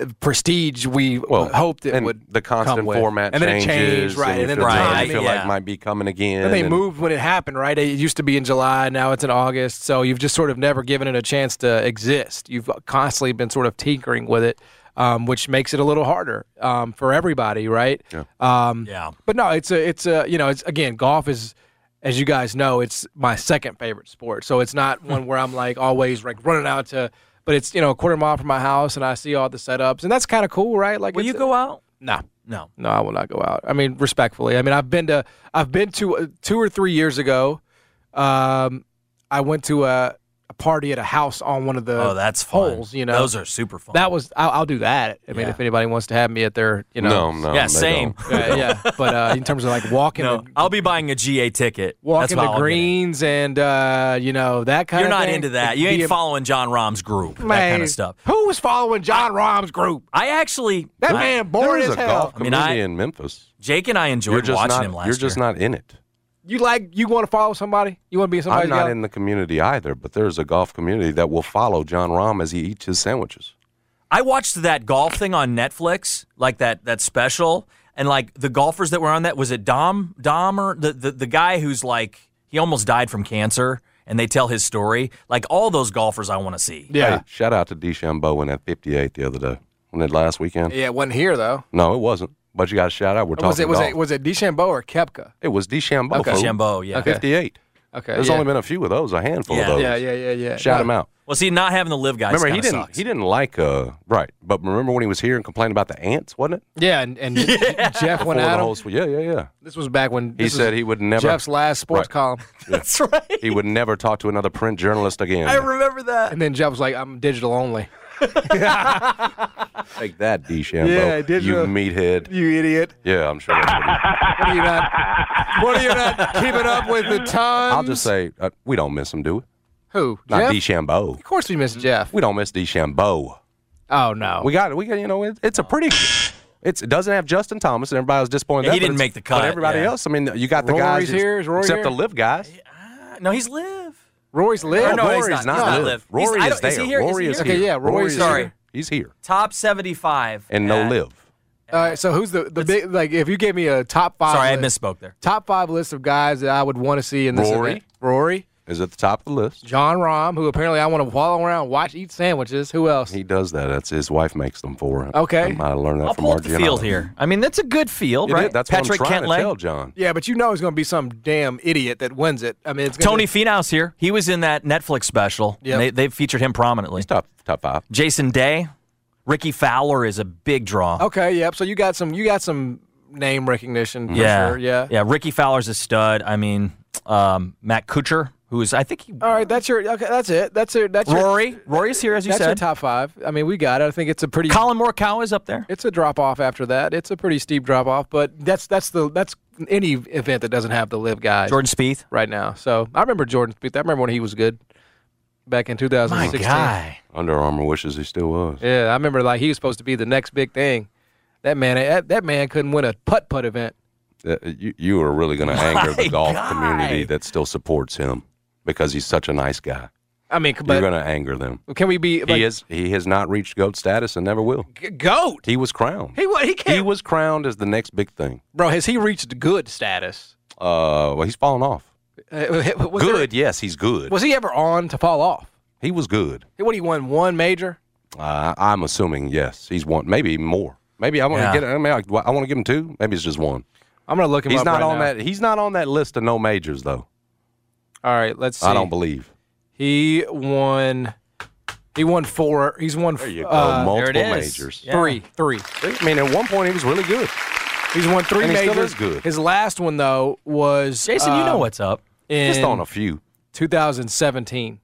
C: uh, prestige we
B: well,
C: hoped it
B: and
C: would
B: the constant
C: come with.
B: format
C: and then
B: changes,
C: it changed, right?
B: you
C: And then the
B: feel,
F: Right,
B: like-
C: timing,
B: you feel
F: yeah.
B: like might be coming again.
C: and they
B: and-
C: moved when it happened, right? It used to be in July, now it's in August. So you've just sort of never given it a chance to exist. You've constantly been sort of tinkering with it, um, which makes it a little harder um, for everybody, right? Yeah. Um,
F: Yeah.
C: But no, it's a it's a you know it's again golf is. As you guys know, it's my second favorite sport, so it's not one where I'm like always like running out to. But it's you know a quarter mile from my house, and I see all the setups, and that's kind of cool, right? Like,
F: Will you
C: it's-
F: go out?
C: Nah,
F: No.
C: no, I will not go out. I mean, respectfully. I mean, I've been to I've been to uh, two or three years ago. Um, I went to a, a party at a house on one of the
F: Oh, that's fun.
C: holes. You know,
F: those are super fun.
C: that was I'll, I'll do that. I mean,
F: Yeah.
C: if anybody wants to have me at their, you know,
B: No, no.
F: yeah,
B: they
F: same.
B: don't.
C: yeah, yeah. But uh, in terms of like walking,
F: No,
C: the,
F: I'll be buying a GA ticket. That's
C: walking
F: what I'll
C: the
F: get.
C: greens and uh, you know that kind.
F: You're
C: of
F: not
C: thing.
F: into that. You
C: Be
F: ain't
C: a-
F: following John Rahm's group. that
C: Man,
F: kind of stuff.
C: Who was following John Rahm's group?
F: I actually,
C: That
F: I-
C: man
B: There
C: boring
B: is
C: as
B: a
C: hell.
B: golf
F: I mean,
B: community
F: I-
B: in Memphis.
F: Jake and I
B: You're
F: enjoyed
B: just
F: watching
B: not.
F: him last
B: you're just
F: year.
B: not in it.
C: You like you want to follow somebody? You want to be in somebody's
B: I'm not
C: gallery?
B: in the community either, but there's a golf community that will follow John Rahm as he eats his sandwiches.
F: I watched that golf thing on Netflix, like that that special, and like the golfers that were on that was it Dom Dahmer, the the, the guy who's like he almost died from cancer, and they tell his story. Like all those golfers, I want to see.
C: Yeah.
B: Hey, shout out to DeChambeau in that 58 the other day. Wasn't it last weekend?
C: Yeah, it wasn't here though.
B: No, it wasn't. But you got a shout out. We're talking
C: Was it was
B: golf.
C: it was it Deschambeau or Kepka?
B: it was DeChambeau.
C: Okay.
B: fool.
F: Jambo, yeah.
C: Okay.
B: 58.
C: Okay.
B: There's
C: yeah.
B: only been a few of those, a handful
F: Yeah.
B: of those.
C: yeah, yeah, yeah, yeah.
B: Shout
C: No,
B: him out.
F: Well, see, not having the live guys.
B: Remember, he
F: kinda
B: didn't
F: sucks.
B: he didn't like uh right, but remember when he was here and complained about the ants, wasn't it?
C: Yeah, and, and Jeff went
B: Before the
C: at
B: whole
C: him.
B: sw- yeah, yeah, yeah.
C: This was back when
B: He
C: this was
B: said he would never
C: Jeff's last sports
B: Right.
C: column,
F: That's right.
B: he would never talk to another print journalist again.
F: I remember that.
C: and then Jeff was like, "I'm digital only."
B: Take that, DeChambeau.
C: Yeah, did
B: you
C: you?
B: meathead.
C: You idiot!
B: Yeah, I'm sure. That's what he,
C: What are you not? What are you not keeping up with the times?
B: I'll just say uh, we don't miss him, do we?
C: who?
B: Not
C: Jeff?
B: DeChambeau.
C: Of course, we miss Jeff.
B: We don't miss DeChambeau.
C: Oh no.
B: We got it. We got you know it, it's a pretty. It's, it doesn't have Justin Thomas, and everybody was disappointed.
F: Yeah,
B: that,
F: he
B: but
F: didn't
B: it's-
F: make the cut,
B: But everybody
F: yeah.
B: else, I mean, you got the guys
C: Rory's here, is Rory
B: except
C: here?
B: the live guys.
F: No, he's live.
C: Roy's
F: Or
C: live.
F: no, he's
B: Rory's
F: not. He's not live. He's-
B: Rory
F: I
B: is
F: don't-
B: there.
F: is he here? Is
B: Rory
F: he
B: is
F: here?
B: here.
C: Okay, yeah, Rory's
B: Rory's
F: Sorry.
B: here. He's here
F: Top seventy-five
B: and no
F: at-
B: live.
C: Uh, so who's the the big like? If you gave me a top five,
F: Sorry, I
C: list-
F: misspoke there.
C: Top five list of guys that I would want to see in this
B: Rory.
C: event. Rory,
B: Is at the top of the list.
C: John Rahm, who apparently I want to follow around, watch, eat sandwiches. Who else?
B: He does that. That's his wife makes them for him.
C: Okay.
B: I might have learned that
F: I'll
B: from
F: pull up the
B: Margiela.
F: field here. I mean, that's a good field,
B: It
F: right?
B: is. That's
F: Patrick
B: what I'm trying
F: Kentley.
B: to tell John.
C: yeah, but you know it's going to be some damn idiot that wins it. I mean, it's gonna
F: Tony
C: Be,
F: Finau's here. He was in that Netflix special.
C: Yep.
F: They, they featured him prominently.
B: He's top top five.
F: Jason Day, Ricky Fowler is a big draw.
C: okay, yep. So you got some you got some name recognition. For
F: yeah,
C: sure, yeah.
F: yeah. Ricky Fowler's a stud. I mean, um, Matt Kuchar, who is I think he,
C: All right, that's your okay. That's it. That's your Oh, that's your,
F: Rory. Rory's here as you
C: that's your
F: said.
C: top five. I mean, we got it. I think it's a pretty
F: Colin Morikawa is up there.
C: it's a drop off after that. It's a pretty steep drop off, but that's that's the that's any event that doesn't have the live guys
F: Jordan Spieth.
C: right now. So I remember Jordan Spieth. I remember when he was good back in 2016.
B: Under Armour wishes he still was.
C: Yeah, I remember like he was supposed to be the next big thing. That man, that, that man couldn't win a putt putt event.
B: Uh, you, you are really going to anger
F: My
B: the golf
F: guy.
B: community that still supports him because he's such a nice guy.
C: I mean,
B: You're
C: but
B: going to anger them.
C: can we be? Like,
B: he is. He has not reached goat status and never will.
C: g- goat.
B: He was crowned.
C: He what? He
B: He
C: can't.
B: was crowned as the next big thing.
C: bro, has he reached good status?
B: Uh, well, he's fallen off.
C: Uh, was there-
B: good. yes, he's good.
C: was he ever on to fall off?
B: he was good.
C: What he won one major.
B: Uh, I'm assuming yes. He's one, maybe even more. Maybe I want to
F: Yeah.
B: get. I mean, I, I want to give him two. Maybe it's just one.
C: I'm gonna look him
B: He's
C: up.
B: not
C: right
B: on
C: now.
B: that. He's not on that list of no majors though.
C: All right, let's see.
B: I don't believe.
C: He won. He won four. He's won. There
B: you go.
C: Uh,
B: Multiple
F: there it is.
B: majors.
F: Yeah.
C: Three, three.
B: I mean, at one point he was really good.
C: He's won three
B: And he still
C: majors.
B: is good.
C: His last one though was
F: Jason, you
C: uh,
F: know what's up.
C: in
B: Just on a few.
C: 2017.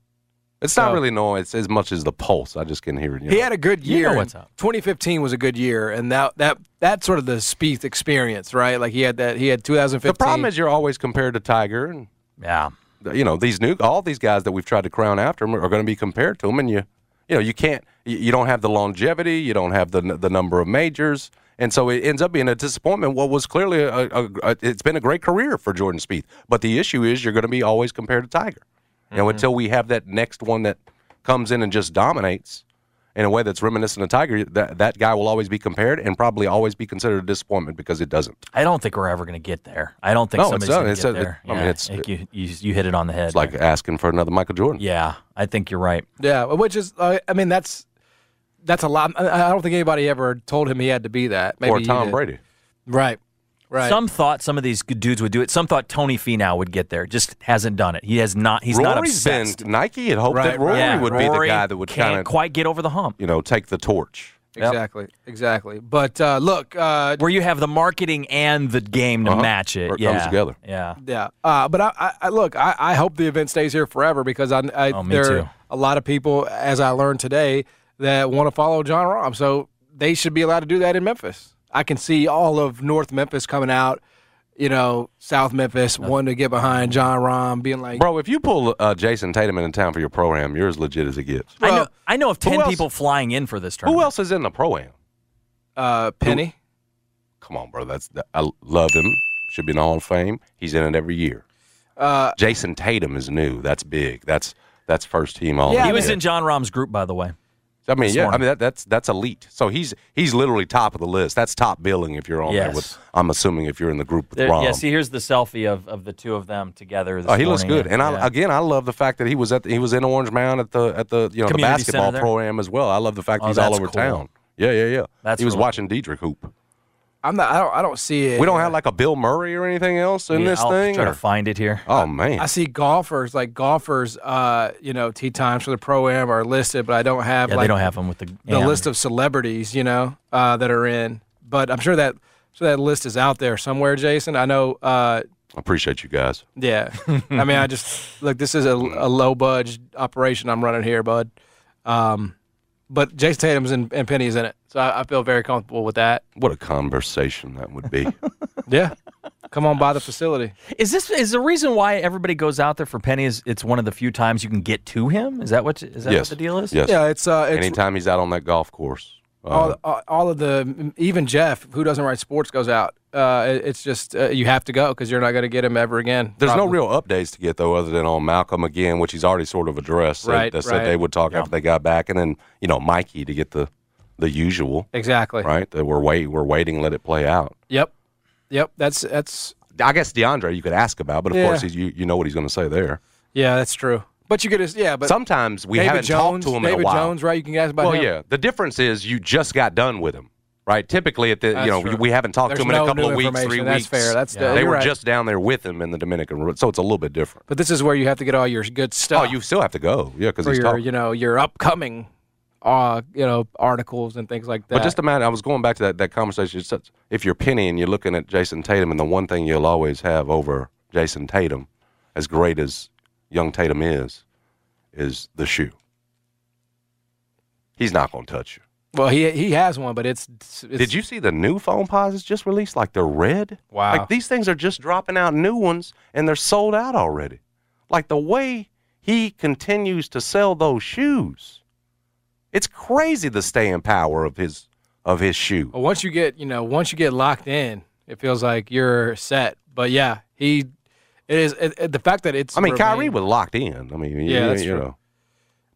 B: It's
C: So-
B: not really noise as much as the pulse. I just can hear it. you
C: He
B: know.
C: had a good year.
F: You know
C: and
F: what's up.
C: 2015 was a good year, and that that that's sort of the Spieth experience, right? Like he had that. He had 2015.
B: the problem is you're always compared to Tiger, and
F: Yeah.
B: you know these new all these guys that we've tried to crown after him are going to be compared to him, and you you know you can't you, you don't have the longevity, you don't have the n- the number of majors, and so it ends up being a disappointment. What was clearly a, a, a it's been a great career for Jordan Spieth, but the issue is you're going to be always compared to Tiger. You
C: Mm-hmm.
B: know, until we have that next one that comes in and just dominates in a way that's reminiscent of Tiger, that that guy will always be compared and probably always be considered a disappointment because it doesn't.
F: I don't think we're ever going to get there. I don't think
B: No, it's
F: somebody's
B: not.
F: going to
B: It's
F: get
B: a- it-
F: there.
B: I mean,
F: Yeah,
B: it's-
F: think you, you you hit it on the head.
B: It's like asking for another Michael Jordan.
F: yeah, I think you're right.
C: yeah, which is uh, I mean that's that's a lot. I I don't think anybody ever told him he had to be that. Maybe
B: or
C: he
B: Tom
C: did.
B: Brady.
C: right? Right.
F: Some thought some of these good dudes would do it. Some thought Tony Finau would get there. Just hasn't done it. He has not. He's not
B: Rory's been
F: obsessed.
B: Nike had hoped
C: Right,
B: that Rory
F: yeah,
B: would be the
F: Rory
B: guy that would
F: can't
B: kind of
F: quite get over the hump.
B: you know take the torch.
F: Yep.
C: Exactly. Exactly. But uh, look, uh,
F: Where you have the marketing and the game to
B: Uh-huh.
F: match it.
B: Where it
F: yeah.
B: comes together.
F: Yeah.
C: yeah. Uh, but I, I, I look. I, I hope the event stays here forever because I, I
F: Oh, me
C: there
F: too.
C: are a lot of people, as I learned today, that want to follow John Rahm. So they should be allowed to do that in Memphis. I can see all of North Memphis coming out. You know, South Memphis wanting to get behind John Rahm, being like,
B: Bro, if you pull uh, Jason Tatum into town for your pro am, you're as legit as it gets.
F: I know. I know of
B: who
F: ten
B: else-
F: people flying in for this tournament.
B: Who else is in the pro am?
C: uh, Penny.
B: Come on, bro. That's that, I love him. Should be in the Hall of Fame. He's in it every year.
C: Uh,
B: Jason Tatum is new. That's big. That's that's first team all.
C: Yeah,
F: He was
B: NBA.
F: in John Rahm's group, by the way.
B: I mean,
F: this
B: yeah. I
F: morning.
B: mean that, that's that's elite. So he's he's literally top of the list. That's top billing if you're on there
F: Yes.
B: with. I'm assuming if you're in the group with
F: There,
B: Rom.
F: yeah. See, here's the selfie of, of the two of them together. This
B: Oh, he looks
F: morning.
B: good, and
F: Yeah.
B: I, again, I love the fact that he was at the, he was in Orange Mound at the at the you know the
F: Community
B: basketball
F: center there?
B: program as well. I love the fact
F: Oh,
B: he's all
F: that's
B: over
F: cool.
B: town. Yeah, yeah, yeah.
F: That's
B: he was
F: really
B: watching Diedrich hoop.
C: I'm not. I don't. I don't see it.
B: We don't have like a Bill Murray or anything else in
F: Yeah,
B: this
F: I'll
B: thing.
F: Try
B: or-
F: to find it here.
B: oh man,
C: I see golfers like golfers. Uh, you know, tee times for the pro am are listed, but I don't have
F: Yeah,
C: like
F: they don't have them with the
C: the
F: yeah.
C: list of celebrities, you know, uh, that are in. But I'm sure that so that list is out there somewhere, Jason. I know. Uh,
B: I appreciate you guys.
C: yeah, I mean, I just look. This is a, a low budge operation I'm running here, bud. Um, but Jason Tatum's and, and Penny's in it, so I, I feel very comfortable with that.
B: What a conversation that would be.
C: Yeah, Come on by the facility.
F: Is this is the reason why everybody goes out there for Penny? Is it's one of the few times you can get to him? Is that what is that
B: Yes.
F: what the deal is?
B: Yes.
C: Yeah, it's uh, it's Oh,
B: Anytime he's out on that golf course. Uh,
C: all, all, all of the even Jeff, who doesn't write sports, goes out. Uh, it- it's just uh, you have to go because you're not going to get him ever again.
B: there's no
C: Probably.
B: real updates to get though, other than on Malcolm again, which he's already sort of addressed. They-
C: Right,
B: they
C: right.
B: said they would talk after they got back, and then you know Mikey to get the the usual.
C: exactly.
B: Right, that we're wait, we're waiting, let it play out.
C: Yep, yep. That's that's
B: I guess DeAndre you could ask about, but of
C: Yeah.
B: course he's, you you know what he's going to say there.
C: yeah, that's true. But you get his yeah, but
B: Sometimes we
C: David
B: haven't
C: Jones,
B: talked to him
C: David
B: in a while.
C: Jones, right? You can ask about
B: well,
C: him.
B: yeah. The difference is you just got done with him, right? Typically, at the
C: That's
B: you know
C: true.
B: we haven't talked
C: There's
B: to him in
C: no
B: a couple
C: new
B: of weeks,
C: information.
B: three
C: That's
B: weeks.
C: fair. That's- Yeah.
B: they
C: you're
B: were
C: right.
B: just down there with him in the Dominican, Republic, so it's a little bit different.
C: But this is where you have to get all your
B: Oh,
C: good stuff.
B: you still have to go, yeah, because
C: for
B: he's
C: your
B: talking.
C: you know your upcoming, uh, you know articles and things like that.
B: But just imagine, I was going back to that, that conversation. It's such- If you're Penny and you're looking at Jason Tatum, and the one thing you'll always have over Jason Tatum, as great as young Tatum is, is the shoe. He's not going to touch you.
C: well, he he has one, but it's, it's
B: Did you see the new phone pods just released? Like they're red?
C: Wow.
B: Like these things are just dropping out new ones and they're sold out already. Like the way he continues to sell those shoes. It's crazy the staying power of his of his shoe.
C: Well, once you get, you know, once you get locked in, it feels like you're set. But yeah, he, it is it, it- the fact that it's.
B: I mean, Kyrie
C: remained-
B: was locked in. I mean,
C: Yeah,
B: yeah,
C: that's
B: you
C: true.
B: know.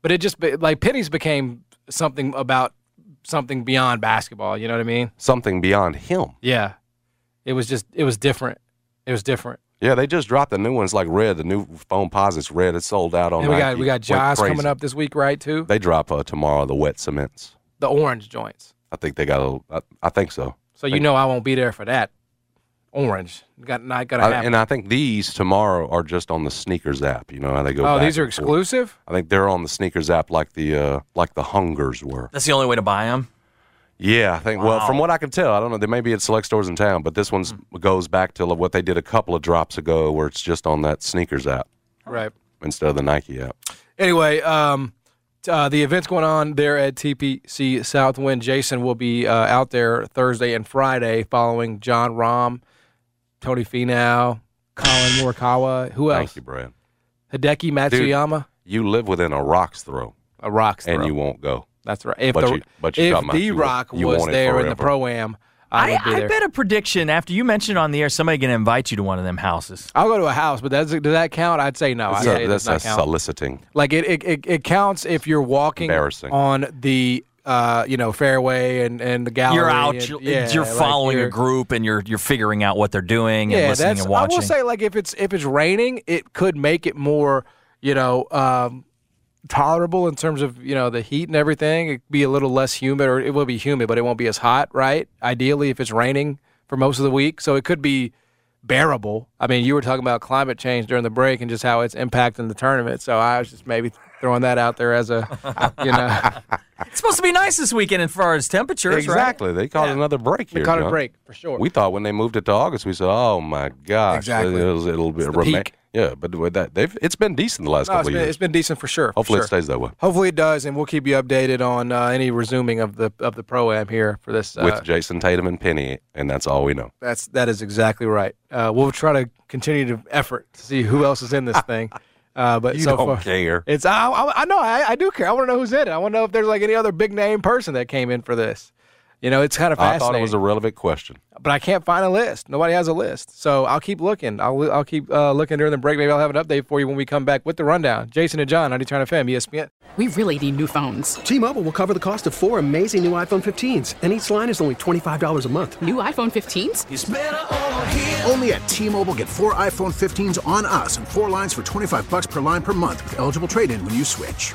C: but it just be- like pennies became something about something beyond basketball. You know what I mean?
B: something beyond him.
C: Yeah, it was just it was different. It was different.
B: Yeah, they just dropped the new ones like red. The new phone pods is red. It's sold out on.
C: and we got
B: Nike.
C: we got
B: Went
C: Josh
B: crazy.
C: coming up this week, right? Too
B: They drop uh, tomorrow the wet cements.
C: the orange joints.
B: I think they got a. I, I think so.
C: So you know I won't be there for that. Orange got not gonna
B: I,
C: happen.
B: and I think these tomorrow are just on the sneakers app. You know how they go.
C: oh,
B: back
C: these are
B: and forth.
C: exclusive.
B: I think they're on the sneakers app like the uh, like the hungers were.
F: That's the only way to buy them.
B: Yeah, I think. Well, from what I can tell, I don't know. There may be at select stores in town, but this one's
C: Hmm.
B: goes back to what they did a couple of drops ago, where it's just on that sneakers app
C: Right.
B: instead of the Nike app.
C: Anyway, um, t- uh, the event's going on there at TPC Southwind. Jason will be uh, out there Thursday and Friday following John Rahm, Tony Finau, Colin Morikawa. Who
B: Thank
C: else?
B: you, Brad.
C: Hideki Matsuyama.
B: You live within a rock's throw,
C: A rock's throw.
B: and you won't go.
C: That's right. If
B: but
C: the,
B: you- but you
C: if
B: talking about
C: the
B: you-
C: Rock
B: you
C: was
B: want it
C: there in
B: forever.
C: the pro am, I,
F: I,
C: would be
F: I
C: there.
F: bet a prediction after you mentioned on the air, somebody gonna invite you to one of them houses.
C: I'll go to a house, but that's, does that count? I'd say no. I'd
B: That's,
C: say
B: a,
C: it
B: that's
C: does
B: a
C: not count.
B: soliciting.
C: Like it, it, it, it counts if you're walking
B: Embarrassing.
C: on the uh, you know fairway and, and the gallery.
F: You're out.
C: and-
F: You're,
C: yeah,
F: you're
C: like
F: following
C: you're-
F: a group, and you're you're figuring out what they're doing and
C: Yeah,
F: listening
C: that's.
F: and
C: I
F: watching.
C: will say like if it's if it's raining, it could make it more you know um, tolerable in terms of you know the heat and everything. It'd be a little less humid, or it will be humid, but it won't be as hot, right? Ideally, if it's raining for most of the week, so it could be bearable. I mean, you were talking about climate change during the break and just how it's impacting the tournament. So I was just maybe throwing that out there as a you know.
F: it's supposed to be nice this weekend as far as temperatures, right?
B: exactly. They called another break here.
C: We caught a
B: John.
C: break for sure.
B: We thought when they moved it to August, we said, "Oh my gosh,
C: Exactly.
B: it'll, it'll be
C: the
B: remain."
C: peak.
B: Yeah, but with that, they've it's been decent the last
C: no, it's
B: couple
C: been,
B: of
C: it's
B: years.
C: been decent for sure. for
B: Hopefully,
C: sure.
B: it stays that way
C: Hopefully it does, and we'll keep you updated on uh, any resuming of the of the pro am here for this. Uh,
B: with Jason Tatum and Penny, and that's all we know.
C: that's that is exactly right. Uh, we'll try to continue to effort to see who else is in this thing. Uh, but
B: You
C: so
B: don't
C: far,
B: care.
C: It's I, I, I know I, I do care. I want to know who's in it. I want to know if there's like any other big name person that came in for this. You know, it's kind of
B: I
C: fascinating.
B: thought it was a relevant question.
C: but I can't find a list. Nobody has a list, so I'll keep looking. I'll I'll keep uh, looking during the break. Maybe I'll have an update for you when we come back with the rundown. Jason and John, on Eternal FM, ESPN.
G: We really need new phones.
H: T-Mobile will cover the cost of four amazing new iPhone 15s, and each line is only $25 a month.
G: New iPhone 15s?
H: Only at T-Mobile get four iPhone 15s on us and four lines for 25 bucks per line per month with eligible trade-in when you switch.